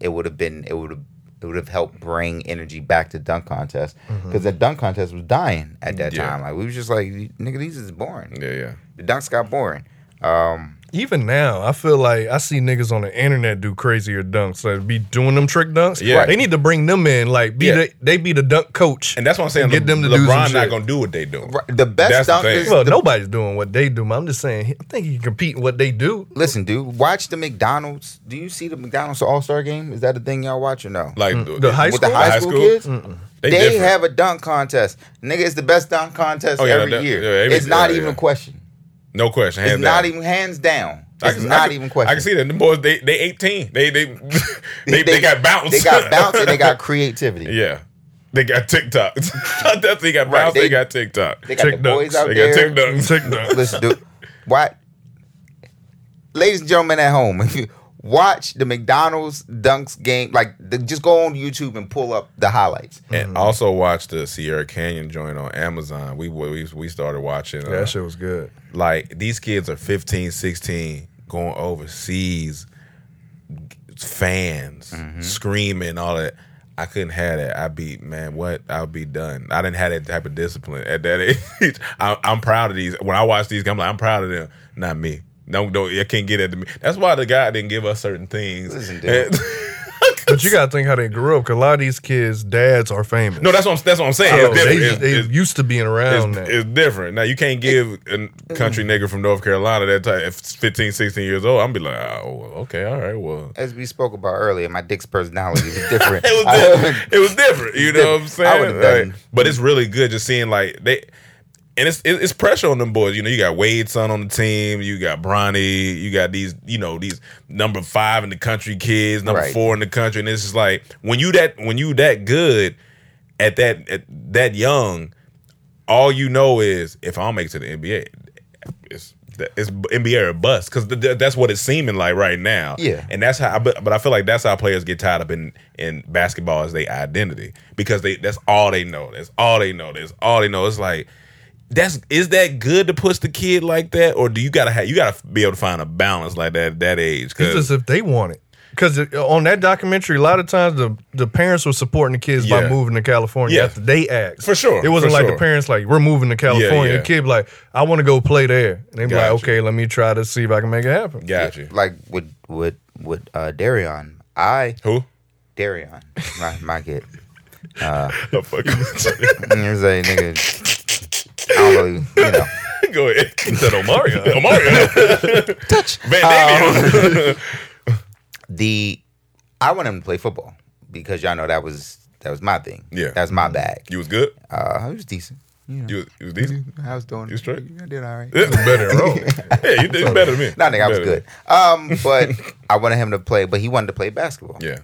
H: It would have been it would have it would have helped bring energy back to dunk contest because
G: Mhm.
H: the dunk contest was dying at that
G: Yeah.
H: time. Like we was just like nigga, these is boring.
C: Yeah, yeah.
H: The dunks got boring. Um,
G: Even now, I feel like I see niggas on the internet do crazier dunks. Like be doing them trick dunks.
C: Yeah.
G: they need to bring them in. Like be
C: Yeah.
G: the, they be the dunk coach,
C: and that's what I'm saying.
G: Get
C: Le-
G: them to do
C: LeBron
G: some
C: not
G: shit.
C: gonna do what they do.
H: The best
C: That's the
H: dunk
C: thing.
H: is
G: Well,
H: the-
G: Oh, nobody's doing what they do. man. I'm just saying. I think he can compete in what they do.
H: Listen, dude, watch the McDonald's. Do you see the McDonald's All Star game? Is that a thing y'all watch or no?
C: Like
G: Mm. The high
H: with the
G: school?
H: high
G: High
H: school,
G: school?
H: kids.
G: Mm-mm.
H: They,
G: They different.
H: have a dunk contest. Nigga, it's the best dunk contest
C: Oh, yeah,
H: every
C: that-
H: year.
C: yeah, every-
H: it's not
C: yeah,
H: even
C: yeah.
H: a question.
C: No question.
H: It's
C: hands
H: not
C: down.
H: even hands down.
C: I
H: It's
C: can- I
H: not
C: can-
H: even a question.
C: I can see that the boys they they 18. They they they, they, got bounced.
H: They got bounce and they got creativity.
C: yeah. They got TikTok. they got bounce.
H: Right,
C: they,
H: they-
C: got TikTok.
H: They got the boys out
C: they
H: there.
C: got TikTok.
H: Listen, dude. What? Ladies and gentlemen at home, if you watch the McDonald's dunks game, like the, just go on YouTube and pull up the highlights.
C: And also watch the Sierra Canyon joint on Amazon. We we we started watching. uh,
G: Yeah, that shit was good.
C: like these kids are 15 16 going overseas fans screaming all that i couldn't have that i'd be man what i'll be done i didn't have that type of discipline at that age I, i'm proud of these when i watch these i'm like i'm proud of them not me no don't i can't get at me that's why the guy didn't give us certain things
H: Listen,
C: And-
H: dude.
G: But you gotta think how they grew up. 'cause a lot of these kids' dads are famous.
C: No, that's what I'm. That's what I'm saying.
G: So
C: It's
G: they,
C: different.
G: they used to being around
C: it's,
G: that.
C: it's different. Now you can't give a country nigga from North Carolina that type if 15, 16 years old. I'm be like, oh, okay, all right, well.
H: As we spoke about earlier, my dick's personality was different.
C: It was different. it was different. You know what I'm
H: I
C: saying?
H: would've done-
C: Like, but it's really good just seeing like they. And it's it- it's pressure on them boys. You know, you got Wade's son on the team. You got Bronny. You got these. You know, these number five in the country kids, number
H: Right.
C: four in the country. And it's just like when you that when you that good at that at that young, all you know is if I don't make it to the NBA, it's it's NBA or bust because that's what it's seeming like right now.
H: Yeah.
C: and that's how. But, but I feel like that's how players get tied up in in basketball is their identity because they that's all they know. That's all they know. That's all they know. It's like that's is that good to push the kid like that, or do you gotta have you gotta be able to find a balance like that at that age?
G: It's just if they want it. Because on that documentary, a lot of times the, the parents were supporting the kids
C: Yeah.
G: by moving to California
C: Yeah.
G: after they asked.
C: For sure,
G: It wasn't
C: for
G: like
C: sure.
G: the parents like, we're moving to California.
C: yeah.
G: The kid be like, I want to go play there. And they be like,
H: Gotcha.
G: okay, let me try to see if I can make it happen.
C: Gotcha.
H: Like with with with uh, Darion, I
C: who
H: Darion, my my kid. Uh,
C: the fuck you
H: was a nigga. I don't really, you know.
C: Go ahead. He said Omarion. Omarion. Touch. Van
H: the I want him to play football because y'all know that was that was my thing.
C: Yeah.
H: that was my bag.
C: You was good.
H: Uh, I was decent. You, know.
C: you, you was decent.
H: Mm-hmm. I was doing.
C: You straight.
H: I did all right.
C: Yeah, better than Rome. Yeah, you did better than me.
H: Nah, nigga, I was
C: Better than
H: good. Um, but I wanted him to play, but he wanted to play basketball.
C: Yeah.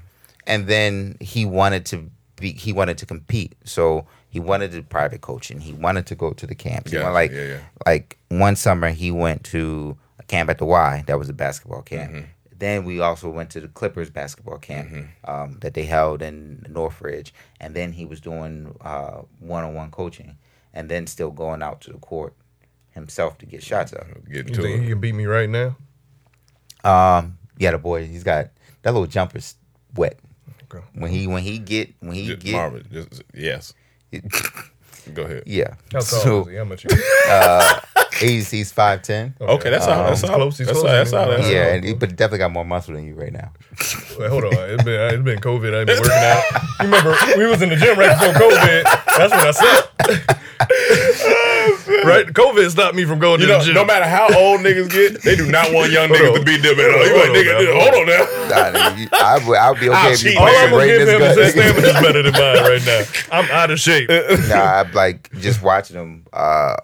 H: And then he wanted to be. He wanted to compete, so he wanted to private coaching. He wanted to go to the camps. He
C: Yeah,
H: wanted, like
C: yeah, yeah.
H: like one summer he went to a camp at the Y. That was a basketball camp.
C: Mm-hmm.
H: Then we also went to the Clippers basketball camp
C: Mm-hmm.
H: um, that they held in Northridge, and then he was doing uh, one-on-one coaching, and then still going out to the court himself to get shots up.
C: Get
G: You think you can beat me right now?
H: Um, yeah, the boy, he's got that little jumper's wet. When he when he get when he
C: Just
H: get
C: Marvin, just- yes. Go ahead.
H: Yeah.
G: How tall
H: So,
G: is he? How much?
H: uh, he's he's five ten.
C: Okay, um, that's all- that's all- Close, he's that's all- close to that's me. all- that's all.
H: yeah, and he, but he definitely got more muscle than you right now.
G: Wait, hold on. It's been, it's been COVID. I ain't been working out. You remember, we was in the gym right before COVID. That's when I slept. right? COVID stopped me from going
C: You
G: to
C: know,
G: the gym.
C: no matter how old niggas get, they do not want young niggas to beat them at all. You like, nigga, hold on now.
H: Nah, nigga, you- I would I would be okay
C: I'll
H: if you
C: cheat.
H: played
C: Ah, All I'm
H: some
C: gonna
H: great
C: give him is his
H: this good.
C: stamina's better
G: than mine right now. I'm out of shape.
H: nah, I'm like just watching him. Uh,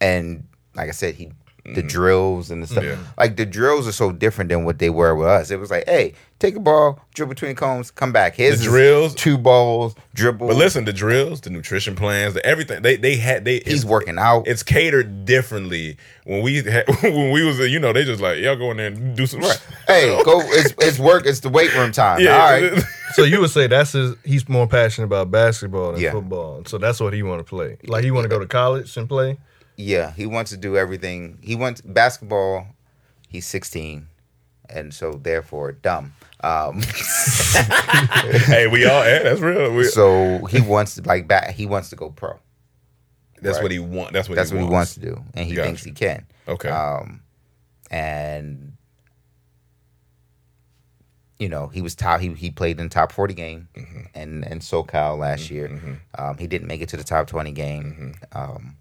H: and like I said, he
C: Mm-hmm.
H: the drills and the stuff.
G: Yeah.
H: Like the drills are so different than what they were with us. It was like, hey, take a ball, dribble between cones, come back. Here's
C: the drills,
H: two balls, dribble.
C: But listen, the drills, the nutrition plans, the everything they they had they he's
H: working out.
C: It's catered differently. When we had, when we was you know they just like y'all go in there and do some. Right.
H: Hey, go. It's it's work. It's the weight room time.
C: Yeah.
H: All right.
G: so you would say that's his he's more passionate about basketball than
H: Yeah.
G: football. So that's what he want to play. Like he want to go to college and play.
H: Yeah, he wants to do everything. He wants basketball. He's 16, and so therefore dumb. Um,
C: hey, we all. Yeah, that's real. We-
H: so he wants to like back. He wants to go pro.
C: That's what he want. That's what
H: That's
C: he
H: what he wants
C: wants.
H: to do, and he
C: Gotcha.
H: thinks he can.
C: Okay.
H: Um, and you know he was top. He he played in top 40 game,
C: Mm-hmm.
H: and and SoCal last year. Um, he didn't make it to the top 20 game.
C: Mm-hmm.
H: Um,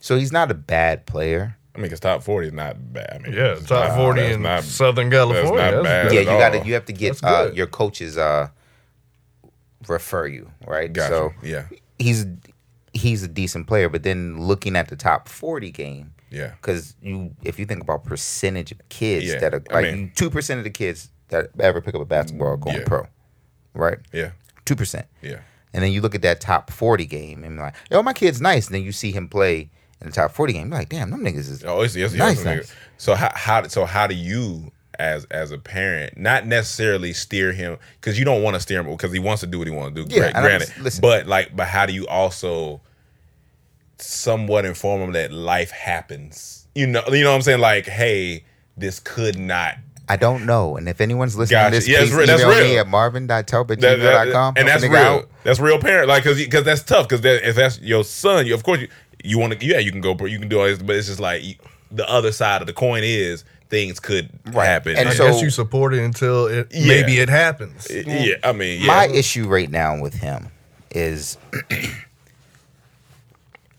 H: so he's not a bad player.
C: I mean, his top forty is not bad. I mean,
G: Yeah,
C: it's
G: top
C: not-
G: 40
C: that's
G: in
C: not-
G: Southern
C: that's
G: California.
C: not
G: That's
C: bad
G: good.
H: yeah,
C: at
H: you got
C: all.
H: to you have to get
G: That's
H: uh,
G: good.
H: your coaches uh, refer you, right?
C: Gotcha.
H: So
C: Yeah.
H: he's he's a decent player, but then looking at the top forty game,
C: Yeah.
H: because you if you think about percentage of kids
C: Yeah,
H: that are
C: I mean-
H: like two percent of the kids that ever pick up a basketball are going
C: Yeah.
H: pro, right?
C: Yeah.
H: two percent.
C: Yeah.
H: And then you look at that top forty game and you're like, yo, my kid's nice. And then you see him play in the top forty game, you're like, damn, them niggas is
C: Oh, it's, it's, it's
H: Nice,
C: nigga.
H: nice.
C: So how how so how do you as as a parent not necessarily steer him because you don't want to steer him because he wants to do what he wants to do.
H: Yeah,
C: gra-
H: and I
C: granted,
H: just- listen.
C: but like, but how do you also somewhat inform him that life happens? You know, you know what I'm saying? Like, hey, this could not.
H: I don't know. And if anyone's listening
C: Gotcha.
H: to this,
C: Yeah, that's
H: please
C: real- that's
H: email me
C: real.
H: at marvin.telp
C: That- that- and that's
H: nigga
C: real.
H: out.
C: That's real parent. Like, cause, you- cause that's tough. Cause that, if that's your son, you, of course you, you want to. Yeah, you can go, pro- you can do all this, but it's just like you- the other side of the coin is things could happen.
G: And I guess you support it until it,
C: Yeah.
G: maybe it happens.
C: Y- yeah, I mean, yeah.
H: My issue right now with him is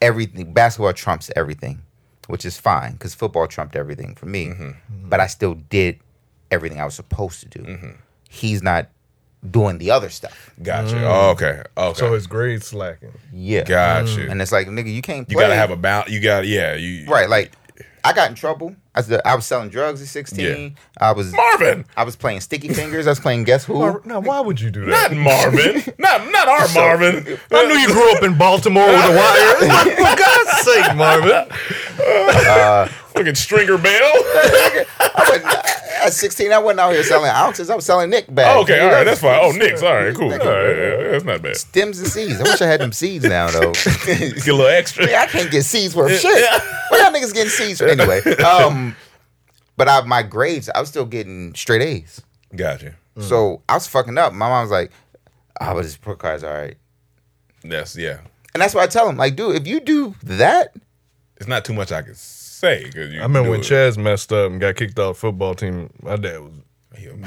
H: everything. Basketball trumps everything, which is fine because football trumped everything for me.
C: Mm-hmm.
H: But I still did everything I was supposed to do.
C: Mm-hmm.
H: He's not doing the other stuff.
C: Gotcha. Oh, okay. Okay.
G: So his grades slacking.
H: Yeah.
C: Gotcha.
H: And it's like, nigga, you can't.
C: Mm-hmm. You
H: play.
C: gotta have a bound. You got to yeah. You
H: right. Like, I got in trouble. I was, I was selling drugs at sixteen. I was Marvin. I was playing sticky fingers. I was playing guess who.
C: Oh,
G: Mar- now, why would you do that?
H: Not Marvin.
C: not not our Marvin.
G: I knew you grew up in Baltimore with a wire. For God's sake, Marvin.
H: Uh,
C: Fucking stringer bell.
H: uh, at sixteen, I wasn't out here selling ounces. I was selling Nick bags.
C: Oh, okay, all right, that's fine. Oh, Nicks, all right, cool.
H: Nick-
C: All right, yeah, yeah, that's not bad.
H: Stems and seeds. I wish I had them seeds now, though. get
C: a little extra.
H: I can't get seeds worth shit. What y'all niggas getting seeds for anyway? Um, but I, my grades, I was still getting straight A's.
C: Gotcha.
H: So I was fucking up. My mom was like, "Ah, but this report card's all right."
C: That's yeah.
H: And that's why I tell him, like, dude, if you do that,
C: it's not too much I can say. Cause you
G: I remember
C: do
G: when
C: it.
G: Chaz messed up and got kicked out of football team. My dad was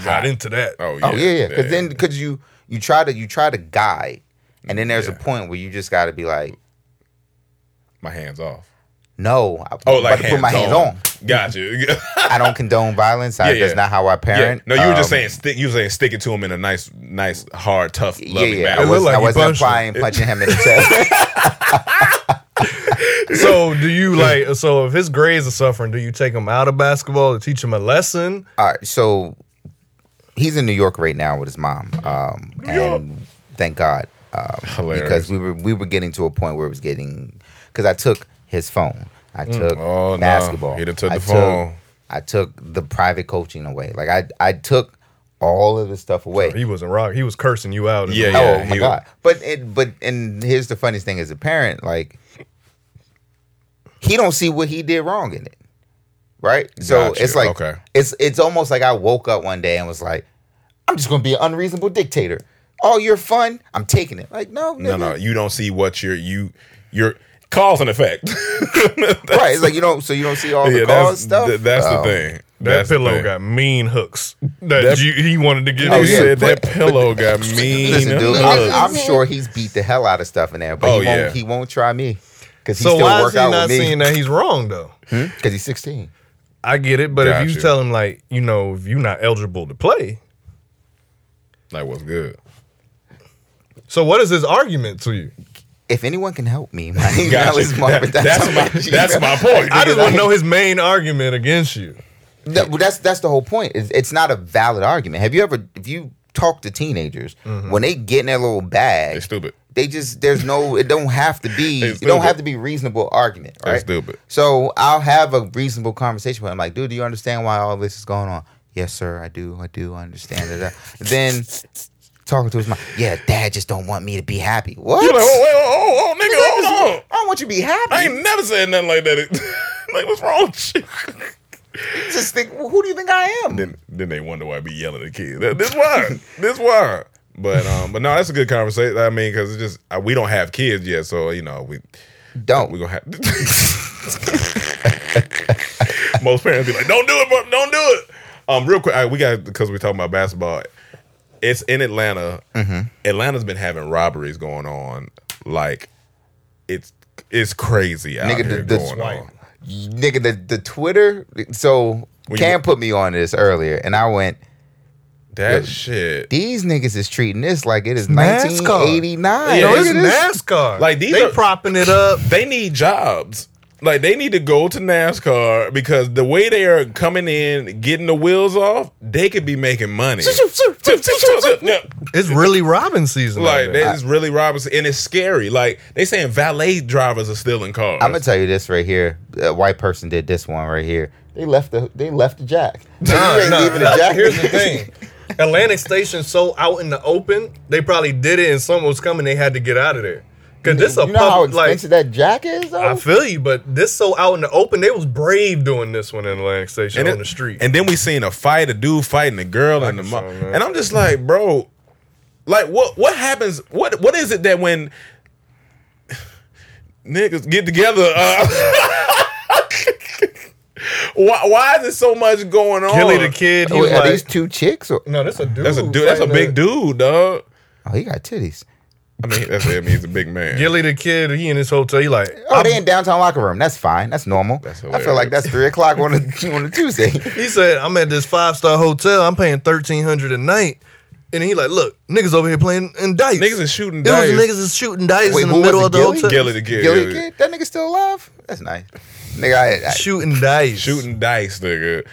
G: got into that.
C: Oh
H: Oh yeah, yeah. Because then, because you you try to you try to guide, and then there's a point where you just got to be like,
C: my hands off.
H: No, I,
C: Oh, like
H: about to put my hands on.
C: Gotcha.
H: I don't condone violence. I, That's not how I parent.
C: Yeah. No, you were just
H: Um,
C: saying stick. You were saying stick it to him in a nice, nice, hard, tough,
H: Yeah,
C: loving
H: yeah.
C: manner.
H: I wasn't, I wasn't implying punching him in the chest.
G: so do you like? So if his grades are suffering, do you take him out of basketball to teach him a lesson?
H: All right, so he's in New York right now with his mom, um, and thank God um,
C: Hilarious.
H: because we were we were getting to a point where it was getting because I took his phone, I
C: Mm.
H: took
C: Oh, no.
H: basketball,
C: He done took
H: I
C: the phone.
H: I took the private coaching away. Like I I took all of the stuff away.
G: He wasn't rock. He was cursing you out.
H: oh my god! But it, but and here's the funniest thing as a parent, like he don't see what he did wrong in it, right? So
C: Gotcha,
H: it's like
C: okay.
H: it's it's almost like I woke up one day and was like, I'm just gonna be an unreasonable dictator. All your fun, I'm taking it. Like no,
C: No,
H: nigga.
C: no, you don't see what you're you you're cause and effect.
H: right? It's like you don't so you don't see all the
C: that's,
H: cause stuff.
C: th- that's
H: Oh.
C: the thing.
G: That
C: That's the
G: pillow
C: thing.
G: got mean hooks that,
C: That-
G: you, he wanted to give.
C: Oh,
G: you.
C: yeah, said that pillow got mean
H: Listen, dude,
C: hooks.
H: I, am sure he's beat the hell out of stuff in there, but
C: Oh,
H: he, won't,
C: yeah.
H: he won't try me because he
G: So
H: still
G: why is
H: work
G: he
H: out
G: not
H: with me
G: seeing that he's wrong though?
H: because he's 16.
G: I get it, but if you
H: Gotcha.
G: tell him like you know if you're not eligible to play,
C: like what's good.
G: So what is his argument to you?
H: If anyone can help me, my email is Marvin.
G: I just want to know his main argument against you.
H: That- well, that's that's the whole point. It's, it's not a valid argument. Have you ever if you talk to teenagers
C: Mm-hmm.
H: when they get in their little bag? They
C: stupid.
H: They just there's no it don't have to be it
C: stupid.
H: don't have to be reasonable argument,
C: They
H: right?
C: stupid.
H: So I'll have a reasonable conversation with him. Like, dude, do you understand why all this is going on? Yes, sir, I do. I do. I understand it. then talking to his mom, yeah, dad just don't want me to be happy. What?
C: You're like, oh, wait, oh, oh, oh, nigga, hold on.
H: I don't want you to be happy.
C: I ain't never said nothing like that. like, what's wrong? with you?
H: Just think, well, who do you think I am?
C: then, then they wonder why I be yelling at kids. That- This why. this why. But um, but no, that's a good conversation. I mean, because it's just uh, we don't have kids yet, so you know we
H: don't.
C: We gonna have. Most parents be like, "Don't do it, bro. don't do it." Um, real quick, I, we got because we're talking about basketball. It's in Atlanta. Atlanta's been having robberies going on. Like it's it's crazy out
H: Nigga,
C: here
H: the- the-
C: going on.
H: nigga, the, the Twitter. So Cam put me on this earlier, and I went.
C: That shit.
H: These niggas is treating this like it is
G: NASCAR.
H: 1989.
G: Yeah,
H: Look
G: it's
H: at this.
G: NASCAR.
C: Like these
G: They
C: are
G: propping it up.
C: They need jobs. Like they need to go to NASCAR because the way they are coming in, getting the wheels off, they could be making money.
G: It's really Robin season. out
C: Like
G: there.
C: that is really Robinson, and it's scary. Like they saying valet drivers are still in cars.
H: I'm gonna tell you this right here. A white person did this one right here. They left the they left the jack.
G: Nah,
H: you ain't
G: nah,
H: leaving
G: nah.
H: the jack.
G: Here's the thing. Atlantic Station so out in the open, they probably did it, and someone was coming. They had to get out of there because this a
H: you know how
G: public. Like,
H: expensive that jack is. Though?
G: I feel you, but this so out in the open, they was brave doing this one in Atlantic Station
C: and
G: on
C: it-
G: the street.
C: And then we seen a fight, a dude fighting a girl and the mom. And I'm just like, bro, like what what happens? What what is it that when niggas get together? Uh, Why, why is there so much going on?
G: Kelly the Kid, he was
H: Oh, are
G: like-
H: these two chicks? Or?
G: No, that's a dude.
C: That's a dude. That's a big dude, dog.
H: Oh, he got titties.
C: I mean, that's what I mean. He's a big man.
G: Gilly the kid, he in his hotel. He like,
H: Oh, they in downtown locker room. That's fine. That's normal. I feel like that's three o'clock on a, on a Tuesday.
G: he said, I'm at this five star hotel. I'm paying thirteen hundred a night. And he like, look, niggas over here playing in dice. Niggas
C: is shooting
G: It
H: dice.
G: was niggas is shooting dice
H: Wait,
G: in the
H: who was
G: middle
H: it,
G: of the
H: Gilly?
G: hotel.
H: Gilly the Kid, Gilly yeah. Kid? That nigga still alive? That's nice. Nigga, I, I,
G: shooting dice.
C: Shooting dice, nigga.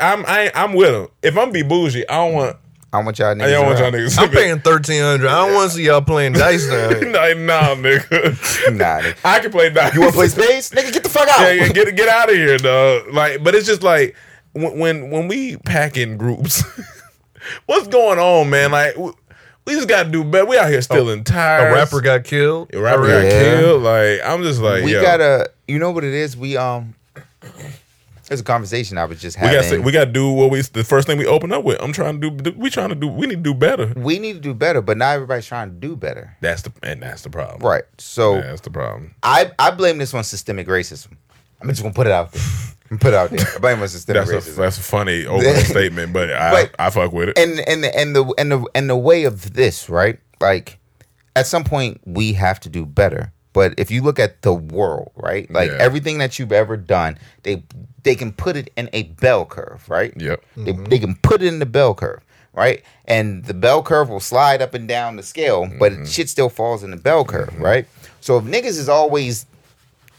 C: I'm I, ain't- I'm with him. If I'm be bougie, I don't want.
H: I want y'all
C: I don't want y'all niggas.
G: I'm paying thirteen hundred. I don't want to see y'all playing dice now.
C: nah, nah, nigga.
H: nah, nigga.
C: I can play dice.
H: You want to play space? Nigga, get the fuck out.
C: Yeah, yeah, get get out of here, dog. Like, but it's just like when when, when we pack in groups, what's going on, man? Like, we, we just got to do better. We out here stealing tires.
G: A rapper got killed.
C: A rapper got
H: Yeah.
C: killed. Like, I'm just like,
H: we
C: yo,
H: gotta. You know what it is? We um. There's a conversation I was just
C: we
H: having.
C: got we got to do what we the first thing we open up with. I'm trying to do. We trying to do. We need to do better.
H: we need to do better, but not everybody's trying to do better.
C: That's the and that's the problem.
H: Right. So
C: that's the problem.
H: I I blame this on systemic racism. I'm just gonna put it out there. I'm gonna put it out there. I blame it on systemic
C: That's
H: racism.
C: a, that's a funny opening statement, but I
H: But-
C: I fuck with it.
H: and and the, and the and the and the way of this, right? Like at some point we have to do better. But if you look at the world, right? Like
C: Yeah.
H: everything that you've ever done, they they can put it in a bell curve, right?
C: Yep.
H: They, they can put it in the bell curve, right? And the bell curve will slide up and down the scale,
C: Mm-hmm.
H: but shit still falls in the bell curve, right? So if niggas is always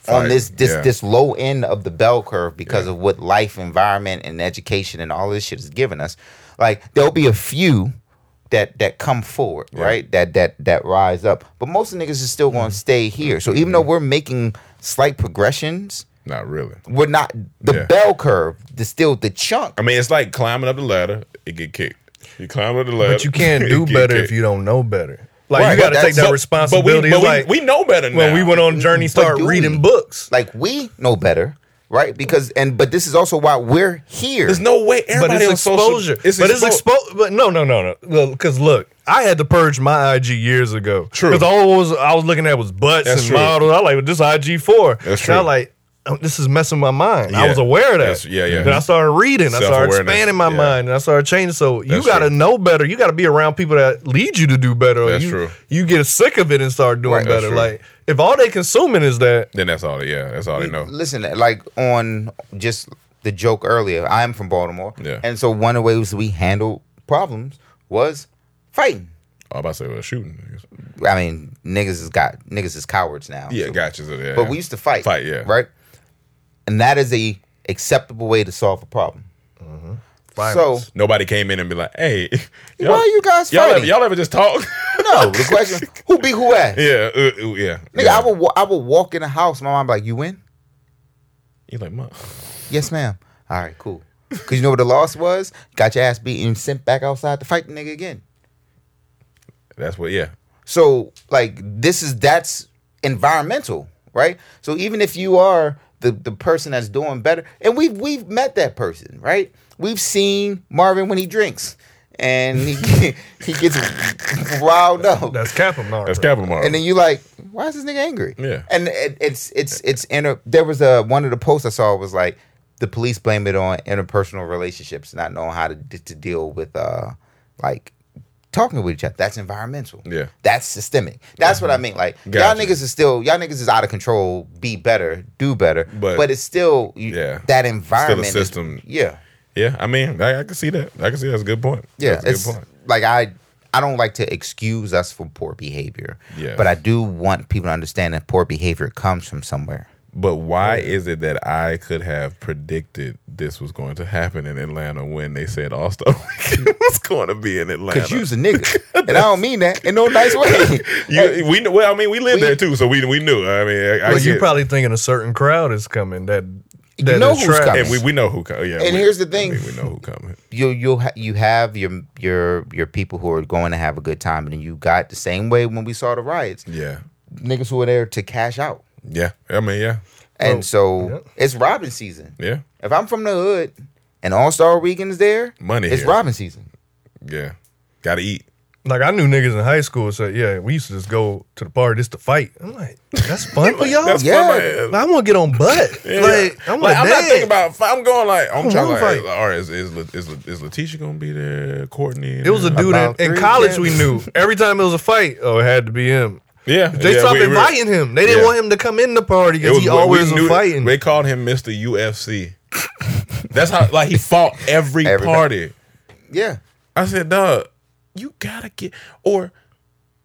H: on
C: Right,
H: this this
C: yeah.
H: this low end of the bell curve because of what life environment and education and all this shit is giving us like there'll be a few that that come forward right that that that rise up but most of the niggas is still
C: Mm.
H: going to stay here so even though we're making slight progressions
C: Not really.
H: we're not the
C: Yeah.
H: bell curve the still the chunk
C: I mean, it's like climbing up the ladder. It get kicked. You climb up the ladder,
G: But you can't
C: it
G: do
C: get
G: better
C: kicked.
G: if you don't know better. Like
H: Right,
G: you got to
H: but
G: take
H: that's-
G: that
H: but-
G: responsibility.
C: But we, but
G: It's like,
C: we, we know better now.
G: when we went on journey,
H: But
G: start
H: do
G: reading
H: we?
G: books.
H: like we know better right because and but this is also why we're here
C: There's no way everybody
G: but
C: on
G: it's
C: social-
G: exposure. but it's exposure. But no, no, no, no. Because look, I had to purge my IG years ago.
C: True.
G: Because all I was, I was looking at was butts
C: That's
G: and
C: true.
G: models. I like this IG four.
C: That's
G: And I
C: true.
G: like. oh, This is messing my mind. I
C: Yeah.
G: was aware of that.
C: That's- yeah, yeah.
G: Then I started reading. I started
C: Self-awareness.
G: expanding my
C: Yeah.
G: mind, and I started changing. So you
C: That's
G: got to
C: true.
G: know better. You got to be around people that lead you to do better. or
C: That's
G: you,
C: true.
G: You get sick of it and start doing
H: Right. That's
G: better.
H: true.
G: Like if all they consuming is that,
C: Then that's all. Yeah, that's all they know.
H: listen, like on just the joke earlier, I'm from Baltimore.
C: Yeah.
H: And so one of the ways we handled problems was fighting.
C: I was about to say, well, shooting. niggas.
H: I mean, niggas is got niggas is cowards now.
C: Yeah,
H: So-
C: gotcha. So, yeah,
H: But we used to fight.
C: Fight, yeah.
H: Right? And that is a acceptable way to solve a problem.
G: Violence.
H: So
C: Nobody came in and be like, "Hey, y'all,
H: why are you guys
C: y'all ever,
H: fighting?
C: y'all ever just talk?"
H: no, the question who beat who ass?
C: yeah, uh, uh, yeah.
H: Nigga,
C: yeah.
H: I will wa- I will walk in the house, my mom be like, You win?
C: You like, "Ma,
H: Yes, ma'am. All right, cool. Cause you know what the loss was? Got your ass beaten and sent back outside to fight the nigga again.
C: that's what. Yeah,
H: So like this is that's environmental, right? So even if you are the the person that's doing better, and we've we've met that person, right? We've seen Marvin when he drinks, and he he gets riled up,
G: that's capital.
C: that's capital mark.
H: and then you like, why is this nigga angry?
C: Yeah.
H: and it, it's it's it's inter. There was a one of the posts I saw was like the police blame it on interpersonal relationships, not knowing how to to deal with uh like talking with each other. That's environmental.
C: yeah,
H: That's systemic. That's what I mean. Like
C: Gotcha.
H: y'all niggas is still y'all niggas is out of control. Be better, do better.
C: But-
H: But, it's still you-
C: Yeah.
H: that environment. is-
C: system.
H: yeah,
C: yeah. I mean, I, I can see that. I can see that's a good point.
H: yeah.
C: that's a
H: It's
C: good point.
H: like I I don't like to excuse us for poor behavior.
C: Yeah.
H: But I do want people to understand that poor behavior comes from somewhere.
C: But why is it that I could have predicted this was going to happen in Atlanta when they said All Star Weekend was going to be in Atlanta?
H: Cause you's a nigga, and I don't mean that in no nice way.
C: You- we kn- well, I mean, we lived
H: We-
C: there too, so we we knew. I mean, I, I
G: Well, you
C: get-
G: probably thinking a certain crowd is coming. That
H: You
G: that
H: know who's
G: attract-
H: coming.
C: and we, we know who coming. Yeah,
H: And
C: we-
H: here's the
C: I
H: thing.
C: mean, we know who coming.
H: you you ha- you have your your your people who are going to have a good time, and you got the same way when we saw the riots,
C: Yeah,
H: niggas who were there to cash out.
C: yeah. I mean, yeah,
H: And
G: Oh,
H: so
G: yeah.
H: it's Robin season.
C: yeah,
H: If I'm from the hood and All Star Weekend is there,
C: Money
H: it's
C: here.
H: Robin season.
C: yeah. Got to eat.
G: Like I knew niggas in high school said, "Yeah, we used to just go to the party just to fight." I'm like, "That's fun for
H: Oh,
G: y'all."
C: That's fun,
G: yeah,
C: man.
G: Like, I want to get on butt.
C: Yeah.
G: Like I'm, like,
C: I'm not
G: "Dad."
C: thinking about. I'm going like I'm
G: I
C: trying
G: wanna
C: like,
G: fight.
C: all right, is is, La- is, La- is Letitia gonna be there? Courtney.
G: It was a dude in, in college we knew. Every time it was a fight, oh, it had to be him.
C: Yeah,
G: They
C: yeah,
G: stopped
C: we- we-
G: inviting him. They didn't
C: yeah.
G: want him to come in the party
C: It
G: because he
C: we- we
G: always was
C: knew-
G: fighting.
C: They called him Mister UFC. That's how like he fought every,
H: Every-
C: party.
H: Yeah.
C: I said, dog, you gotta get or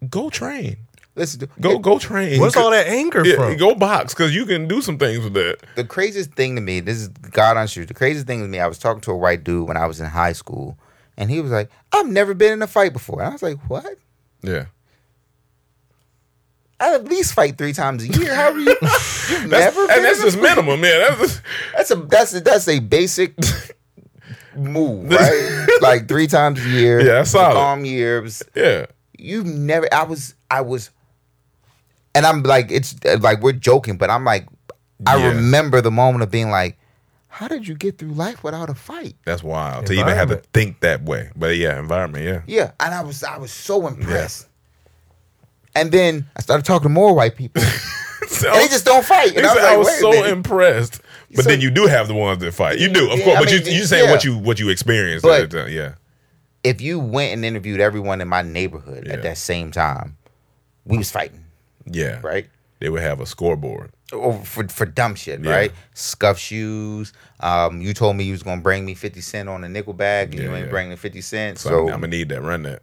C: go train.
H: Listen,
C: go go train.
G: What's all that anger
C: Yeah,
G: from?
C: Go box because you can do some things with that.
H: The craziest thing to me, this is God honest truth. The craziest thing to me, I was talking to a white dude when I was in high school, and he was like, "I've never been in a fight before." And I was like, "What?
C: Yeah,
H: I at least fight three times a year. How are you? You've never
C: and
H: been
C: that's
H: in a
C: just minimum. Yeah, that's just,
H: That's a that's a, that's a basic move, right? like three times a year.
C: Yeah, that's solid.
H: Calm years.
C: yeah.
H: You've never. I was. I was. And I'm like, it's uh, like we're joking, but I'm like, I
C: Yeah.
H: remember the moment of being like, how did you get through life without a fight?
C: That's wild to even have to
H: Environment.
C: think that way. But yeah, environment. Yeah.
H: Yeah, and I was I was so impressed. And then I started talking to more white people,
C: So-
H: and they just don't fight.
C: He
H: And I was
C: said,
H: like,
C: I was,
H: wait a
C: so
H: minute.
C: impressed. But
H: So-
C: then you do have the ones that fight. You do, of
H: Yeah,
C: course.
H: I
C: but
H: mean,
C: you you saying what
H: yeah.
C: you what you experienced
H: But-
C: at the time. Yeah.
H: if you went and interviewed everyone in my neighborhood at that same time, we was fighting,
C: Yeah.
H: right?
C: They would have a scoreboard.
H: Over for for dumb shit,
C: Yeah.
H: right? Scuff shoes. Um, you told me you was gonna bring me fifty cent on a nickel bag, and you
C: Yeah,
H: ain't
C: yeah.
H: bringing fifty cent.
C: So,
H: So,
C: I'm, I'm gonna need that. Run that.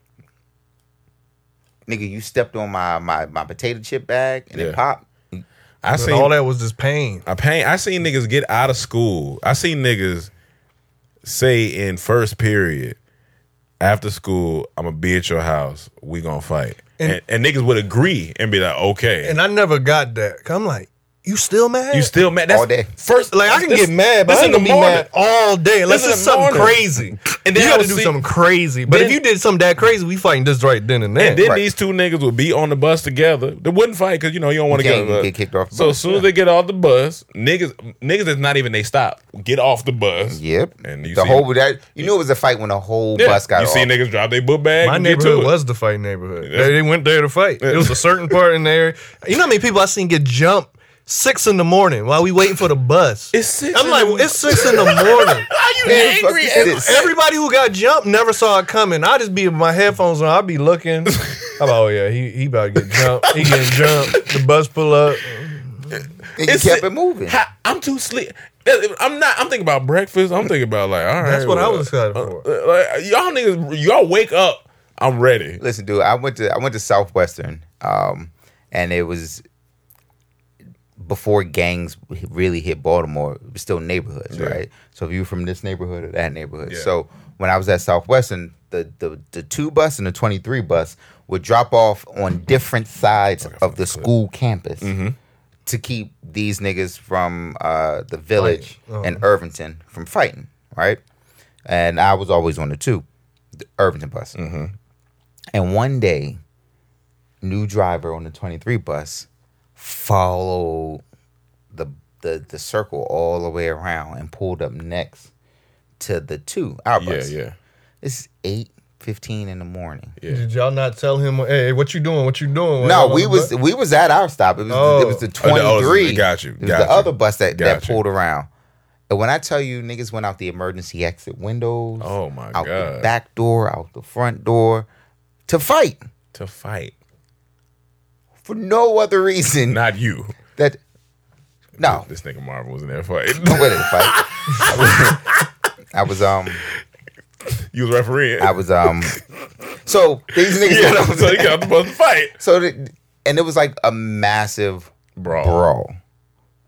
H: nigga, you stepped on my my my potato chip bag and
C: Yeah.
H: it popped.
C: I
G: And
C: seen
G: all that was just pain.
C: I pain. I seen niggas get out of school. I seen niggas say in first period after school, I'm gonna be at your house. We gonna fight. And, and,
G: And-
C: niggas would agree and be like, okay.
G: And I never got that. 'Cause I'm like, you still mad?
C: you still mad? That's
H: All day.
C: first.
G: like I can
C: this-
G: get mad, but
C: this
G: I
C: in
G: ain't
C: the
G: gonna be
C: morning.
G: mad all day unless
C: This
G: it's
C: in the
G: something
C: morning.
G: crazy.
C: And then
G: And then
C: I
G: you got
C: would
G: to do
C: see-
G: something crazy. But
C: Then-
G: if you did something that crazy, we fighting this right then and then.
C: And then
H: Right.
C: these two niggas would be on the bus together. They wouldn't fight because you know you don't want to
H: You
C: get,
H: can't- you
C: uh,
H: get kicked off the
C: So
H: bus,
C: as soon as they get off the bus, niggas niggas is not even they stop. Get off the bus.
H: Yep.
C: And you
H: the
C: see-
H: whole that you knew it was a fight when the whole
C: Yeah.
H: bus got
C: you
H: off.
C: see niggas drop their book bag.
G: My
C: and get to
G: neighborhood
C: it.
G: was the fight neighborhood.
C: That's-
G: They, they went there to fight. It was a certain part in there. You know how many people I seen get jumped six in the morning while we waiting for the bus.
C: It's six.
G: I'm
C: in
G: like,
C: the-
G: it's six in the morning.
C: Are you
H: Man, fuck
C: angry?
H: this
C: as-
H: shit.
G: Everybody who got jumped never saw it coming. I just be with my headphones on. I'd be looking. I'm like, oh yeah, he he about to get jumped. He getting jumped. The bus pull up.
H: and you
C: it's
H: kept
C: it-
H: it moving.
C: How- I'm too sleep. I'm not. I'm thinking about breakfast. I'm thinking about like, all right.
G: That's what I
C: well,
G: was excited for.
C: uh, Like, y'all niggas, y'all wake up. I'm ready.
H: Listen, dude, I went to I went to Southwestern, um, and it was before gangs really hit Baltimore. It was still neighborhoods,
C: Yeah.
H: right? So if you were from this neighborhood or that neighborhood,
C: Yeah.
H: so when I was at Southwestern, the the the two bus and the twenty three bus would drop off on different sides of the school campus.
C: Mm-hmm.
H: To keep these niggas from uh, the village
C: Oh.
H: and Irvington from fighting, right? And I was always on the two, the Irvington bus.
C: Mm-hmm.
H: And one day, new driver on the 23 bus followed the the the circle all the way around and pulled up next to the two our
C: Yeah,
H: bus.
C: yeah,
H: It's eight fifteen in the morning.
C: yeah.
G: Did y'all not tell him? Hey, what you doing? What you doing?
H: No,
G: Whatever,
H: we was
G: but-
H: we was at our stop. It was
G: Oh.
H: it was the
C: Oh, the- oh,
H: twenty three.
C: got you,
H: It was
C: got
H: the
C: you,
H: other bus that, that
C: got you.
H: pulled around. And when I tell you niggas went out the emergency exit windows,
C: Oh my
H: out the
C: god.
H: back door, out the front door, to fight
C: to fight.
H: for no other reason
C: Not you.
H: that no
C: This nigga Marvin was in that fight.
H: I went in the fight. I was um
C: you was refereeing.
H: I was um so these niggas
C: yeah, so he got the bus to fight.
H: so the, and it was like a massive
C: Brawl.
H: brawl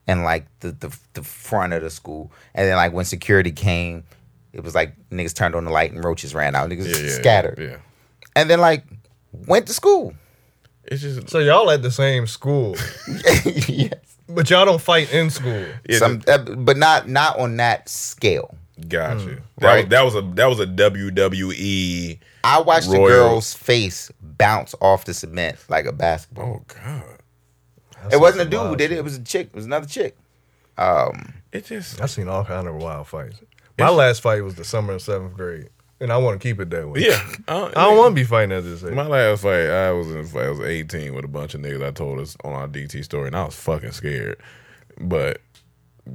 H: and like the, the the front of the school and then like when security came it was like niggas turned on the light and roaches ran out niggas
C: Yeah, yeah,
H: scattered
C: Yeah.
H: and then like went to school
C: It's just
G: So y'all at the same school,
H: yes.
G: but y'all don't fight in school.
C: yeah,
H: some uh, but not not on that scale
C: just- got you. That,
H: Right.
C: was, that was a that was a E. WWE.
H: I watched
C: Royal.
H: the girl's face bounce off the cement like a basketball
C: Oh god.
H: it wasn't a dude who did it it was a chick it was another chick um
C: It just
G: I've seen all kind of wild fights. My last fight was the summer of seventh grade. and I want to keep it that way.
C: Yeah.
G: I don't want to be fighting at this age.
C: My last fight, I was in a fight. I was 18 with a bunch of niggas. I told us on our DT story, and I was fucking scared. But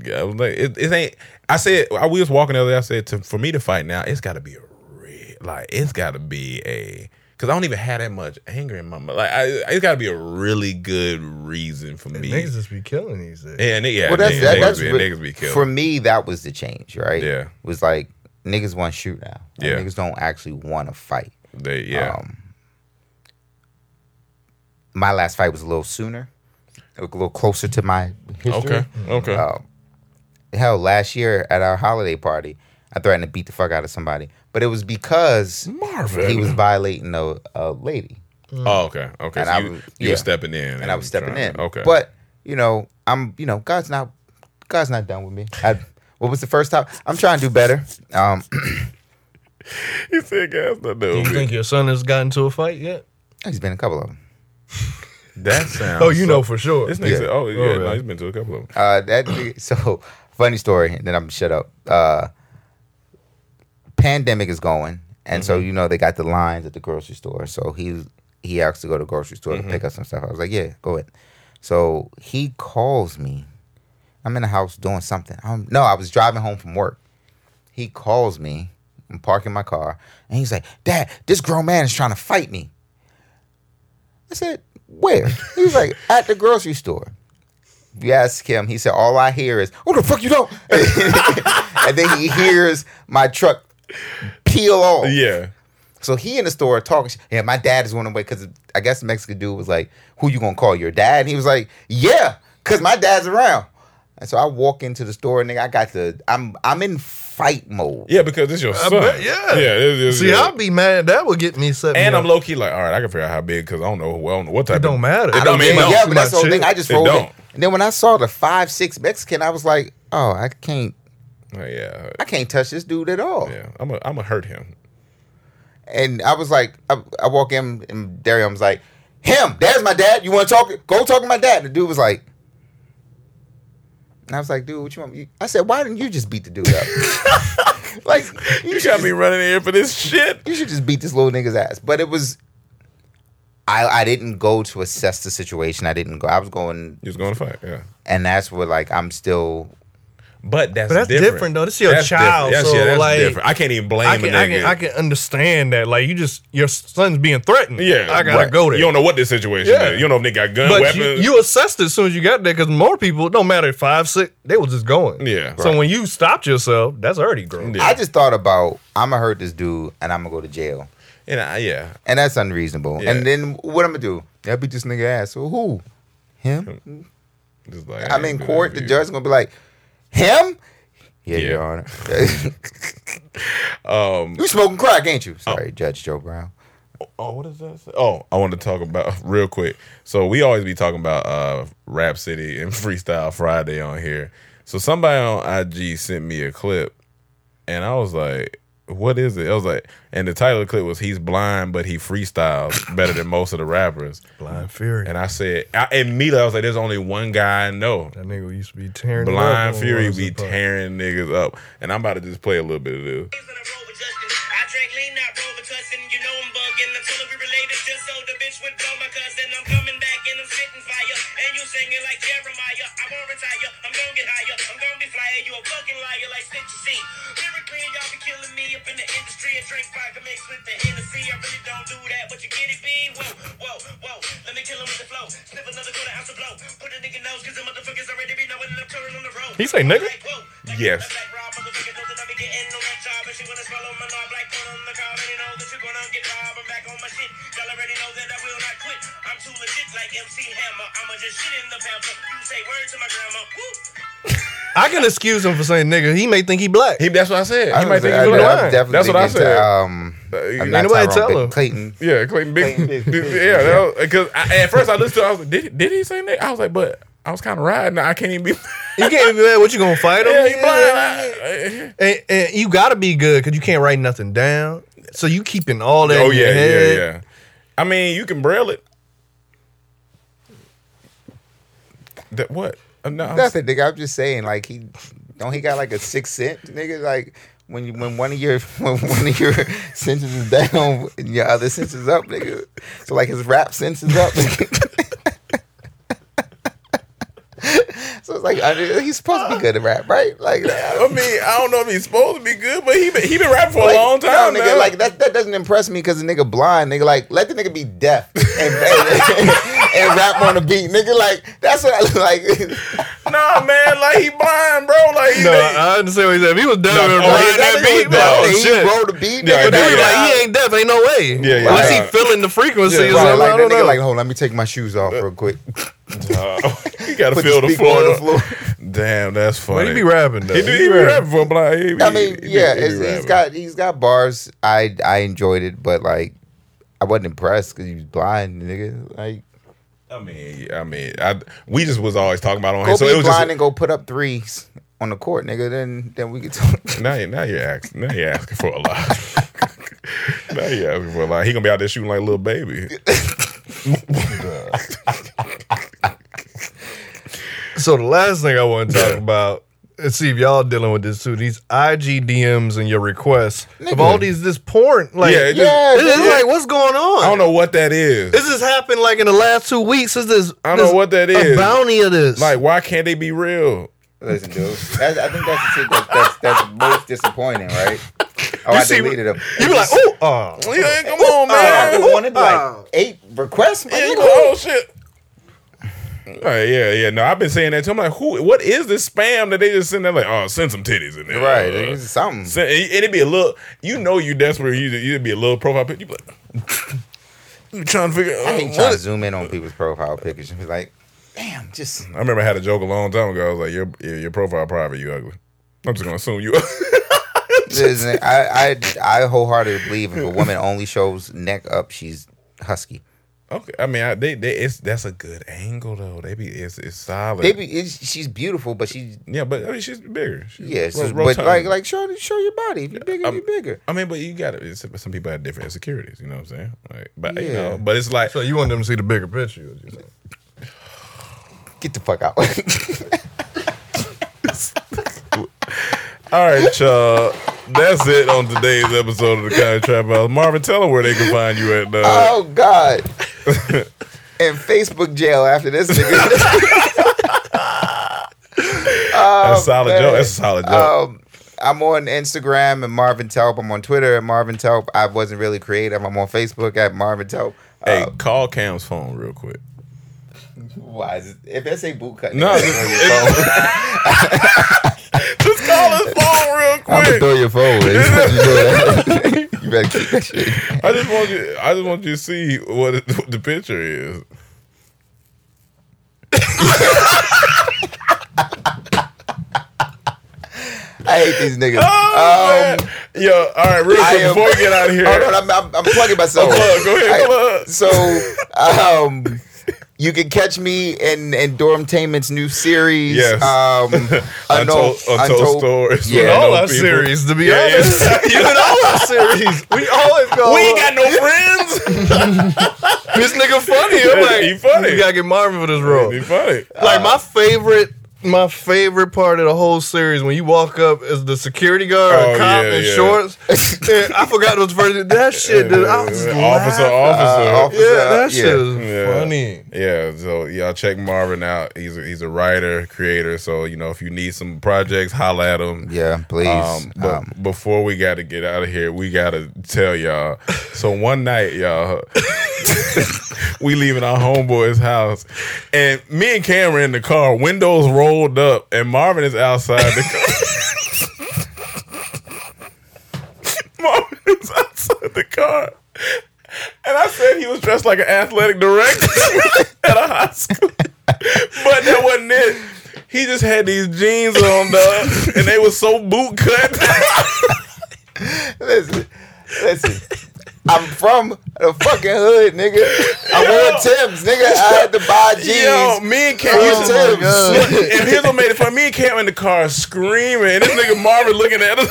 C: yeah, I was like, it, it ain't. I said I, we was walking the other. day, I said to, for me to fight now, it's got to be a red. Like it's got to be a because I don't even have that much anger in my mind. Like I, it's got to be a really good reason for me.
G: Niggas just be killing these days.
C: Yeah, and they- yeah,
H: well, that's,
C: niggas,
H: that,
C: niggas
H: that's
C: be-
H: what-
C: niggas be killed.
H: For me, that was the change, right?
C: Yeah.
H: was like niggas want to shoot now. Like,
C: Yeah.
H: niggas don't actually want to fight. Um,
C: They yeah.
H: My last fight was a little sooner, a little closer to my history.
C: Okay, okay.
H: Um, hell, last year at our holiday party, I threatened to beat the fuck out of somebody, but it was because
C: Marvin.
H: he was violating a, a lady.
C: Oh, okay, okay.
H: And
C: so
H: I
C: you,
H: was-
C: you were
H: yeah.
C: stepping in,
H: and I was stepping
C: trying-
H: in.
C: Okay,
H: but you know, I'm you know, God's not God's not done with me. I, what was the first time? I'm trying to do better. Um,
C: you said guys not
G: Do you think your son has gotten to a fight yet?
H: He's been a couple of them.
C: that sounds.
G: Oh, you know for sure.
C: This nigga said, "Oh yeah, no, he's been to a couple of them."
H: Uh, that nigga- so funny story. And then I'm gonna shut up. Uh, pandemic is going, and so you know they got the lines at the grocery store. So he he asked to go to the grocery store
I: Mhm.
H: to pick up some stuff. I was like, yeah, go ahead. So he calls me. I'm in the house doing something. I'm, no, I was driving home from work. He calls me. I'm parking my car, and he's like, "Dad, this grown man is trying to fight me." I said, "Where?" He was like, "At the grocery store." You ask him. He said, "All I hear is what the fuck you don't." and then he hears my truck peel off.
C: Yeah.
H: So he in the store talking. sh- Yeah, my dad is one of the way because I guess the Mexican dude was like, "Who you gonna call your dad?" And he was like, "Yeah, cause my dad's around." And so I walk into the store, and nigga, I got the I'm I'm in fight mode.
C: Yeah, because it's your
H: I
C: son.
H: bet-
C: yeah, yeah. It, it,
G: See,
C: yeah.
G: I'll be mad. That would get me set.
C: And
G: me
C: I'm
G: up.
C: low key like, all right, I can figure out how big because I don't know. Well, I don't know what type. It
G: don't matter.
C: It
G: I
C: don't
G: don't
C: mean
G: get it.
C: no.
H: yeah, but that's the whole
G: shit.
H: thing. I just
C: It
H: rolled.
C: don't.
H: It. And then when I saw the five six Mexican, I was like, "Oh, I can't."
C: oh, yeah,
H: I can't touch this dude at all. Yeah,
C: I'm a, I'm gonna hurt him.
H: And I was like, I, I walk in, and Dario was like, "Him, there's my dad. You want to talk? Go talk to my dad." And the dude was like, and I was like, "Dude, what you want?" me-" I said, "Why didn't you just beat the dude up?" like you, got me
C: running here for this shit.
H: You should just beat this little nigga's ass. But it was. I, I didn't go to assess the situation. I didn't go. I was going.
C: You was going to fight, yeah.
H: And that's where like I'm still.
C: But that's
G: But that's different, though. This is your
H: That's
G: child.
H: different. That's-
G: so
H: yeah, that's
G: like,
H: different.
C: I can't even blame
G: I
C: a
G: can, I
C: nigga.
G: can, I can understand that. Like you just your son's being threatened.
C: Yeah,
G: I gotta
C: right.
G: go there.
C: You don't know what this situation
G: Yeah.
C: is. You don't know if they got gun
G: but you,
C: weapons.
G: you assessed it as soon as you got there because more people, no matter five, six, they were just going.
C: Yeah,
G: So
H: right.
G: when you stopped yourself, that's already grown.
H: I just thought about I'm gonna hurt this dude and I'm gonna go to jail.
C: And I, yeah,
H: and that's unreasonable.
C: Yeah.
H: And then what I'm gonna do? I beat this nigga ass. So who? Him?
C: Just like, I
H: I'm
C: ain't
H: in
C: do
H: court.
C: that
H: The
C: to you.
H: judge gonna be like, him? Yeah,
C: Yeah.
H: Your Honor.
C: um,
H: you smoking crack, ain't you? Sorry, Judge Joe Brown.
C: Oh, what is that? Oh, I want to talk about real quick. So we always be talking about uh Rap City and Freestyle Friday on here. So somebody on IG sent me a clip and I was like, what is it? I was like, and the title of the clip was He's Blind, but he freestyles better than most of the rappers.
G: Blind Fury.
C: And I said, I, immediately I was like, there's only one guy I know.
G: That nigga used to be tearing. it up
C: Blind
G: on
C: Fury
G: Rosa
C: be
G: Parks.
C: tearing niggas up. And I'm about to just play a little bit of this.
J: I drink lean, not rover tussin'. You know I'm buggin' until we related. Just so the bitch would blow my cousin. I'm coming back and I'm spitting fire. And you singing like Jeremiah. I won't retire. I'm gonna get higher. I'm gonna be flyer. You a fucking liar like Stitch Z. Lyrically, y'all be killing me up in the industry. I drink vodka mixed with the Hennessy. I really don't do that, but you get it, B. Whoa, whoa, whoa. Let me kill him with the flow. Slip another quarter ounce of blow. Put a nigga nose, cause the motherfuckers already be knowing that I'm touring on the road.
G: He say nigga?
C: Yes.
G: I can excuse him for saying nigga. He may think he black.
C: He, that's what I said.
H: I was- I- I'm definitely
C: That's what I
H: into,
C: said. Uh,
H: um, I'm
C: ain't
H: not
C: nobody
H: Tyrone,
C: tell
H: but
C: him.
H: Clayton.
C: Yeah, Clayton Big. yeah, because at first I listened to it, I was like, did, did he say that? I was like, but I was kind of riding. I can't even be.
H: Oh,
G: You can't be mad. What you gonna fight him?
C: Yeah, he
G: blind. And, and you gotta be good because you can't write nothing down. So you keeping all that.
C: Oh,
G: in
C: yeah,
G: your
C: yeah,
G: head.
C: yeah. I mean, you can braille it. That what? Uh, no, I'm-
H: Nothing, nigga. I'm just saying, like he don't he got like a six cent, nigga. Like when you, when one of your when one of your senses is down and your other sense is up, nigga. So like his rap sense is up. so it's like I mean, he's supposed to be good at rap, right? Like I
C: mean, I don't know if he's supposed to be good, but he been, he been rapping for a
H: Like,
C: long time,
H: no, nigga.
C: man.
H: Like that that doesn't impress me because the nigga blind, nigga. Like let the nigga be deaf and, and, and rap on the beat, nigga. Like that's what I like.
C: nah, man. Like he blind, bro. Like he
G: No, I understand what he said. If he was deaf and
H: oh,
G: wrote
H: he-
G: that
H: that nigga
G: beat,
H: was deaf
G: oh,
H: and he
G: shit.
H: wrote the beat,
G: Yeah,
H: nigga.
G: but then
H: That
G: he
H: nigga-
G: like, he ain't deaf. Ain't no way.
C: Yeah, yeah,
G: Unless
H: yeah.
G: he feeling the frequency
H: Yeah,
G: or something.
H: right,
G: I
H: like that
G: don't
H: nigga.
G: know.
H: Like hold, on, let me take my shoes off real quick.
C: you gotta
H: Put
C: feel
H: the
C: the
H: speaker on
C: floor.
H: the floor.
C: Damn, that's funny.
G: But he be rapping, though.
C: He, do,
G: He
C: he,
G: be
C: be
G: rapping.
C: rapping for blind. He,
H: I mean,
C: he- he
H: yeah,
C: be- he
H: it's,
C: be
H: he's
C: rapping.
H: got he's got bars. I I enjoyed it, but like I wasn't impressed because he was blind, nigga. Like
C: I mean, I mean, I we just was always talking about on
H: go
C: here, so
H: be
C: it was
H: blind
C: just.
H: and go put up threes on the court, nigga. Then then we could talk.
C: Now, you- now you're asking. Now you're asking for a lot. now you're asking for a lot. He gonna be out there shooting like a little baby.
G: So the last thing I want to talk about and see if y'all dealing with this too. These IG DMs and your requests of
C: Nigga.
G: all these this porn. Like,
C: Yeah,
G: yeah,
C: it just- Yeah,
G: it's
C: yeah.
G: like what's going on?
C: I don't know what that is.
G: This has happened like in the last two weeks. Is this?
C: I don't know what that is.
G: A bounty of this.
C: Like, why can't they be real?
H: Listen, dude, that's, I think that's the shit that, that's that's most disappointing, right? Oh,
C: You
H: I
C: see-
H: deleted him.
G: you be like, oh, uh,
C: Yeah, come on,
H: I
C: man.
H: wanted like eight requests. my
C: Yeah,
H: nigga.
C: you go, oh shit. Right, yeah, yeah. No, I've been saying that to him. Like, who? What is this spam that they just send? there like, oh, send some titties in there,
H: Right,
C: Uh,
H: it's something.
C: send- and it'd be a little. You know, you desperate. You it'd be a little profile picture. You be like, you trying to figure.
H: I
C: out
H: think trying to zoom in on people's profile pictures and be like, damn, just
C: I remember I had a joke a long time ago. I was like, your your, your profile private. You ugly. I'm just gonna assume you.
H: Listen, I, I I wholeheartedly believe if a woman only shows neck up, she's husky.
C: okay. I mean, I, they they it's that's a good angle though. They be it's it's solid.
H: They be it's, she's beautiful, but she's
C: yeah, but I mean, she's bigger. She's
H: yeah, it's
C: ro-
H: just- but
C: rotund.
H: like like show show your body. If you're bigger,
C: I'm-
H: you're bigger.
C: I mean, but you got to Some people have different insecurities. You know what I'm saying? Like, but you
H: Yeah.
C: know, but it's like
G: So you want them to see the bigger picture? you know?
H: Get the fuck out.
C: All right, y'all. That's it on today's episode of the Kind of Trap House. Marvin, tell them where they can find you at. Uh,
H: oh God. And Facebook jail after this nigga.
C: that's a solid
H: Oh, man.
C: joke. That's a solid joke.
H: Um, I'm on Instagram and Marvin Telp. I'm on Twitter at Marvin Telp. I wasn't really creative. I'm on Facebook at Marvin Telp. Uh,
C: hey,
H: oh.
C: call Cam's phone real quick.
H: Why is it, if that's a boot cut,
C: No,
H: nigga,
C: just-
H: throw your phone.
C: Just call his phone real
H: I'm gonna
C: quick.
H: throw your phone. You, know that. you better keep that shit.
C: I just want you. I just want you to see what, it, what the picture is.
H: I hate these
C: Oh,
H: niggas. um,
C: man. Yo, all right, real
H: I
C: quick
H: am-
C: before we get out of here.
H: Hold on, I'm, I'm, I'm plugging myself.
C: Unplug, go ahead,
H: I-
C: plug.
H: so, um, you can catch me in in Dormtainment's new series.
C: Yes.
H: Um,
C: Untold, untold, stories. with
H: Yeah.
C: unknown
G: All our
C: people.
G: series, to be
C: Yeah, yeah.
G: honest. Even all our series, we always go.
C: we ain't got no friends.
G: this nigga funny. I'm like,
C: He funny.
G: You gotta get Marvin for this role.
C: Be funny.
G: Like my favorite, my favorite part of the whole series when you walk up as the security guard,
C: Oh,
G: or cop
C: yeah,
G: in
C: yeah.
G: shorts. and I forgot those first. That shit, dude. I was
C: Officer,
G: laughing.
C: officer.
H: Uh, officer,
G: Oh, Yeah, that shit
H: yeah.
G: is
C: Yeah.
G: funny.
C: Yeah, so y'all check Marvin out. He's a, he's a writer, creator. So you know, if you need some projects, holla at him.
H: Yeah, please.
C: Um, but
H: Um,
C: before we got to get out of here, we got to tell y'all. So one night, y'all, we leaving our homeboy's house, and me and Cam are in the car, windows rolled up, and Marvin is outside the car. Marvin is outside the car. And I said he was dressed like an athletic director at a high school. But that wasn't it. He just had these jeans on, dog, and they was so boot cut.
H: listen, listen. I'm from the fucking hood, nigga. I wore Tim's, nigga. I had to buy jeans.
C: Yo, me and Cam,
H: Oh, my
C: here's,
H: God.
C: and here's what made it fun. Me and Cam in the car screaming, and this nigga Marvin looking at us.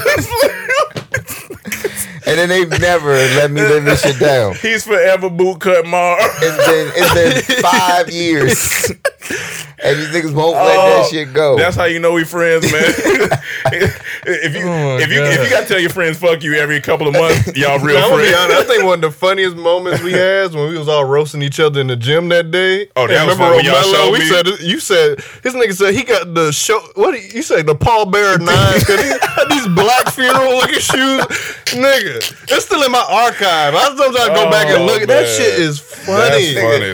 H: and then they've never let me live this shit down.
C: He's forever boot cut Marv.
H: It's been it's been five years. and these niggas won't let
G: Oh,
H: that shit go.
C: That's how you know we friends, man. if
G: Oh
C: you if you if you gotta tell your friends fuck you every couple of months, y'all real
G: I'm gonna be
C: friends.
G: honest, I think one of the funniest moments we had is when we was all roasting each other in the gym that day.
C: Oh, that
G: And
C: was fun
G: remember
C: when y'all
G: Romello?
C: showed
G: We
C: me.
G: said you said his nigga said he got the show. What did you say? The Paul Bear nine? 'cause he had these black funeral looking shoes, nigga. It's still in my archive. I sometimes go back
C: Oh,
G: and look. at That shit is funny.
H: Those
G: We
H: are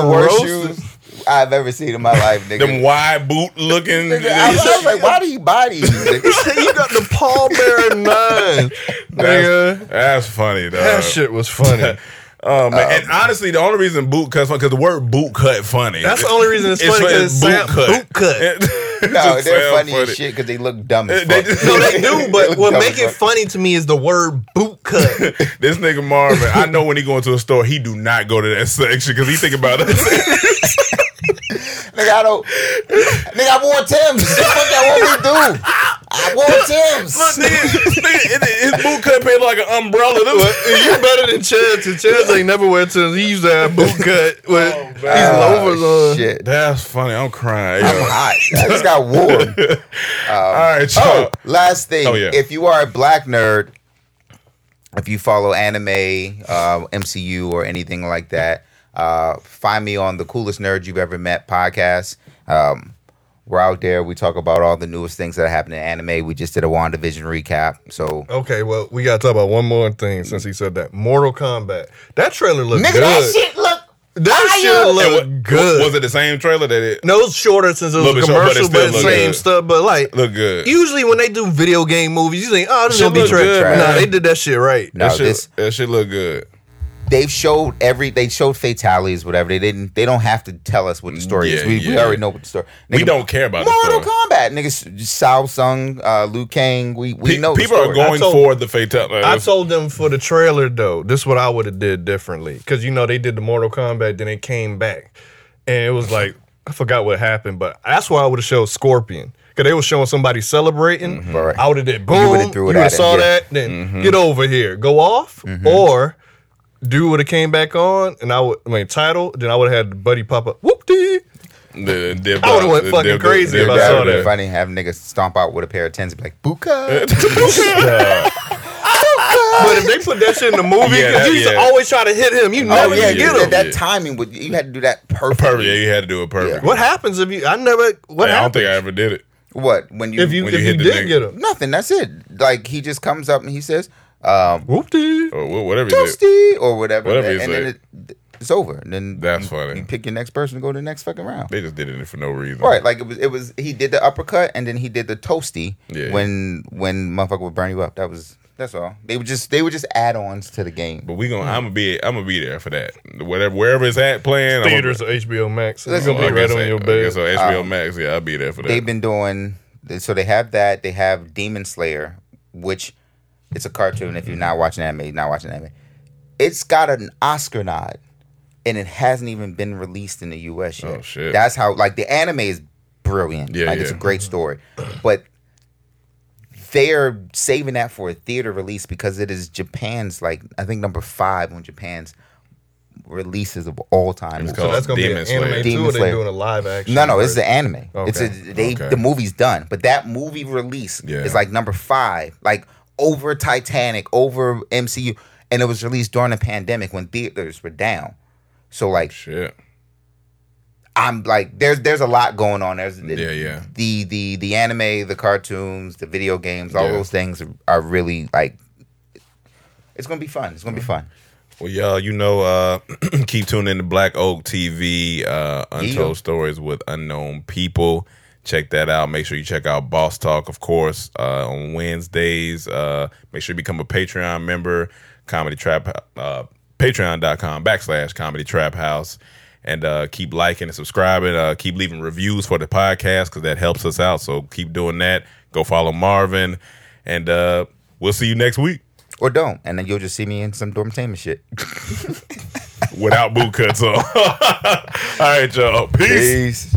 H: the
G: were
H: worst
G: roasting.
H: shoes I've ever seen in my life, nigga.
C: Them wide boot looking.
H: Nigga, I was, I was like, why do you buy these? nigga?
G: you got the Paul Bear nine.
C: That's, that's funny, though.
G: That shit was funny.
C: Oh man! and
H: Um,
C: honestly, the only reason boot cut's funny because the word boot cut funny.
G: That's the only reason it's funny, 'cause it's Sam- boot cut.
H: No,
C: Just
H: they're
C: sound
H: funny,
C: funny.
H: as shit because they look dumb as fuck.
G: no, they do, but what
H: dumb
G: make
H: as
G: it
H: fuck.
G: funny to me is the word boot cut.
C: This nigga Marvin, I know when he go into a store, he do not go to that section because he think about us.
H: Nigga, I don't. Nigga, I wore Tim's. The fuck I want me to do? I wore Tim's.
C: Look, nigga, nigga, his boot cut paid like an umbrella.
G: Well, you better than Chance. And Chance ain't never wear Tim's. He used to have boot cut with these loafers on.
H: Shit.
C: That's funny. I'm crying.
H: I'm
C: yo.
H: hot. I just got warm. Um, All
C: right, so-
H: Oh, last thing.
C: Oh, yeah.
H: If you are a black nerd, if you follow anime, uh, MCU, or anything like that, uh, find me on the coolest nerd you've ever met podcast. Um, we're out there. We talk about all the newest things that happen in anime. We just did a WandaVision recap. So
C: Oh,
G: Okay, well, we gotta talk about one more thing since he said that. Mortal Kombat. That trailer looked
H: Nigga, uh,
G: good.
H: that shit look.
G: That
H: fire.
G: shit looked
C: And what-
G: good.
C: Was it the same trailer that it
G: No, it's shorter since it was
C: Little
G: a
C: bit short, but it
G: commercial,
C: still
G: but,
C: look
G: same
C: good.
G: stuff. But like,
C: looked good?
G: usually when they do video game movies, you think, oh, this is
H: Shit
G: gonna be
H: look good,
G: trash. Nah,
H: man.
G: they did that shit right.
H: No,
C: that, shit,
H: this-
C: that shit look good.
H: they've showed every they showed fatalities whatever they didn't they don't have to tell us what the story is
C: Yeah,
H: we, we
C: yeah.
H: already know what the story
C: We
H: Nigga,
C: don't care about the
H: Mortal
C: story.
H: Kombat niggas Shao Tsung uh, Liu Kang we we
C: Pe-
H: know the
C: people are
H: story.
C: going
G: told-
C: for the fatality.
G: I told them for the trailer though, this is what I would have did differently. Cause you know they did the Mortal Kombat, then it came back. And it was
H: Mm-hmm.
G: like, I forgot what happened, but that's why I would have showed Scorpion. Cause they were showing somebody celebrating.
H: Mm-hmm. Right.
G: I would have did
H: You
G: boom.
H: would've
G: You
H: threw it
G: would have
H: at him,
G: saw
H: yeah.
G: that, then
H: Mm-hmm.
G: get over here. Go off. Or dude would have came back on and I would I mean title, then I would have had the buddy pop up. Whoop dee.
C: The- the-
G: I would've went
C: the-
G: fucking
C: the-
G: crazy
C: the-
G: if I
C: the-
G: saw
H: That would be
G: that.
H: funny have niggas stomp out with a pair of tens and be like Buka
G: But if they put that shit in the movie,
C: Yeah,
G: 'cause
C: that-
G: you used to
C: yeah.
G: always try to hit him. You
H: oh
G: never
H: yeah,
G: could
H: you
G: get
H: did
G: him.
H: that timing would you had to do that perfectly
C: Perfect. Yeah, you had to do it perfect.
G: What happens if you I never what
C: I don't
G: happened?
C: think I ever did it.
H: what when you
G: If you
C: when
G: if
C: you
G: you,
C: hit the
G: did
C: nigga.
G: get him.
H: nothing that's it like he just comes up and he says um,
G: Whoop dee.
C: Or wha- whatever you did.
H: Toasty or whatever
C: Whatever
H: and,
C: you
H: then
C: say.
H: it, it's over and then
C: That's
H: you-
C: funny.
H: you pick your next person to go to the next fucking round
C: They just did it for no reason.
H: Right, like it was. It was. He did the uppercut, and then he did the toasty.
C: Yeah.
H: When when motherfucker would burn you up. That was. That's all. They would just. They were just add-ons to the game.
C: But we gonna. I'm gonna be. I'm gonna be there for that. Whatever, wherever it's at, playing I'ma-
G: Theaters or HBO Max. It's
H: Listen,
G: gonna
C: I
G: be right
C: guess
G: on
C: I-
G: your
C: I
G: bed.
C: guess So HBO Max. Yeah, I'll be there for that.
H: They've been doing. So they have that. They have Demon Slayer, which it's a cartoon. If you're not watching anime, you're not watching anime. It's got an Oscar nod, and it hasn't even been released in the U.S. yet.
C: Oh, shit.
H: That's how. Like the anime is brilliant.
C: Yeah,
H: like it's a
C: yeah.
H: great story, but they're saving that for a theater release because it is Japan's like I think number five on Japan's releases of all time.
C: It's
G: so that's gonna
C: Demon
G: be an
C: Slayer.
G: anime too.
H: Demon
G: Or they
H: Slayer.
G: doing a live action.
H: No, no, it's the
G: version?
H: anime. It's a,
G: Okay,
H: they
C: okay.
H: the movie's done, but that movie release
C: Yeah.
H: is like number five, like over Titanic, over MCU, and it was released during the pandemic when theaters were down. So like
C: Shit.
H: I'm like there's there's a lot going on. There's the,
C: Yeah, yeah.
H: the the the anime, the cartoons, the video games, all
C: Yeah.
H: those things are really like it's gonna be fun. It's gonna be fun.
C: Well, y'all, you know, uh, keep tuning in to Black Oak TV, uh, Untold
H: Yeah.
C: Stories with Unknown People. Check that out. Make sure you check out Boss Talk, of course, uh, on Wednesdays. Uh, make sure you become a Patreon member, Comedy Trap, uh, patreon.com backslash Comedy Trap House. And uh, keep liking and subscribing. Uh, keep leaving reviews for the podcast because that helps us out. So keep doing that. Go follow Marvin. And uh, we'll see you next week
H: Or don't, and then you'll just see me in some dormtainment shit.
C: without boot cuts on. All right, y'all. Peace.
H: Peace.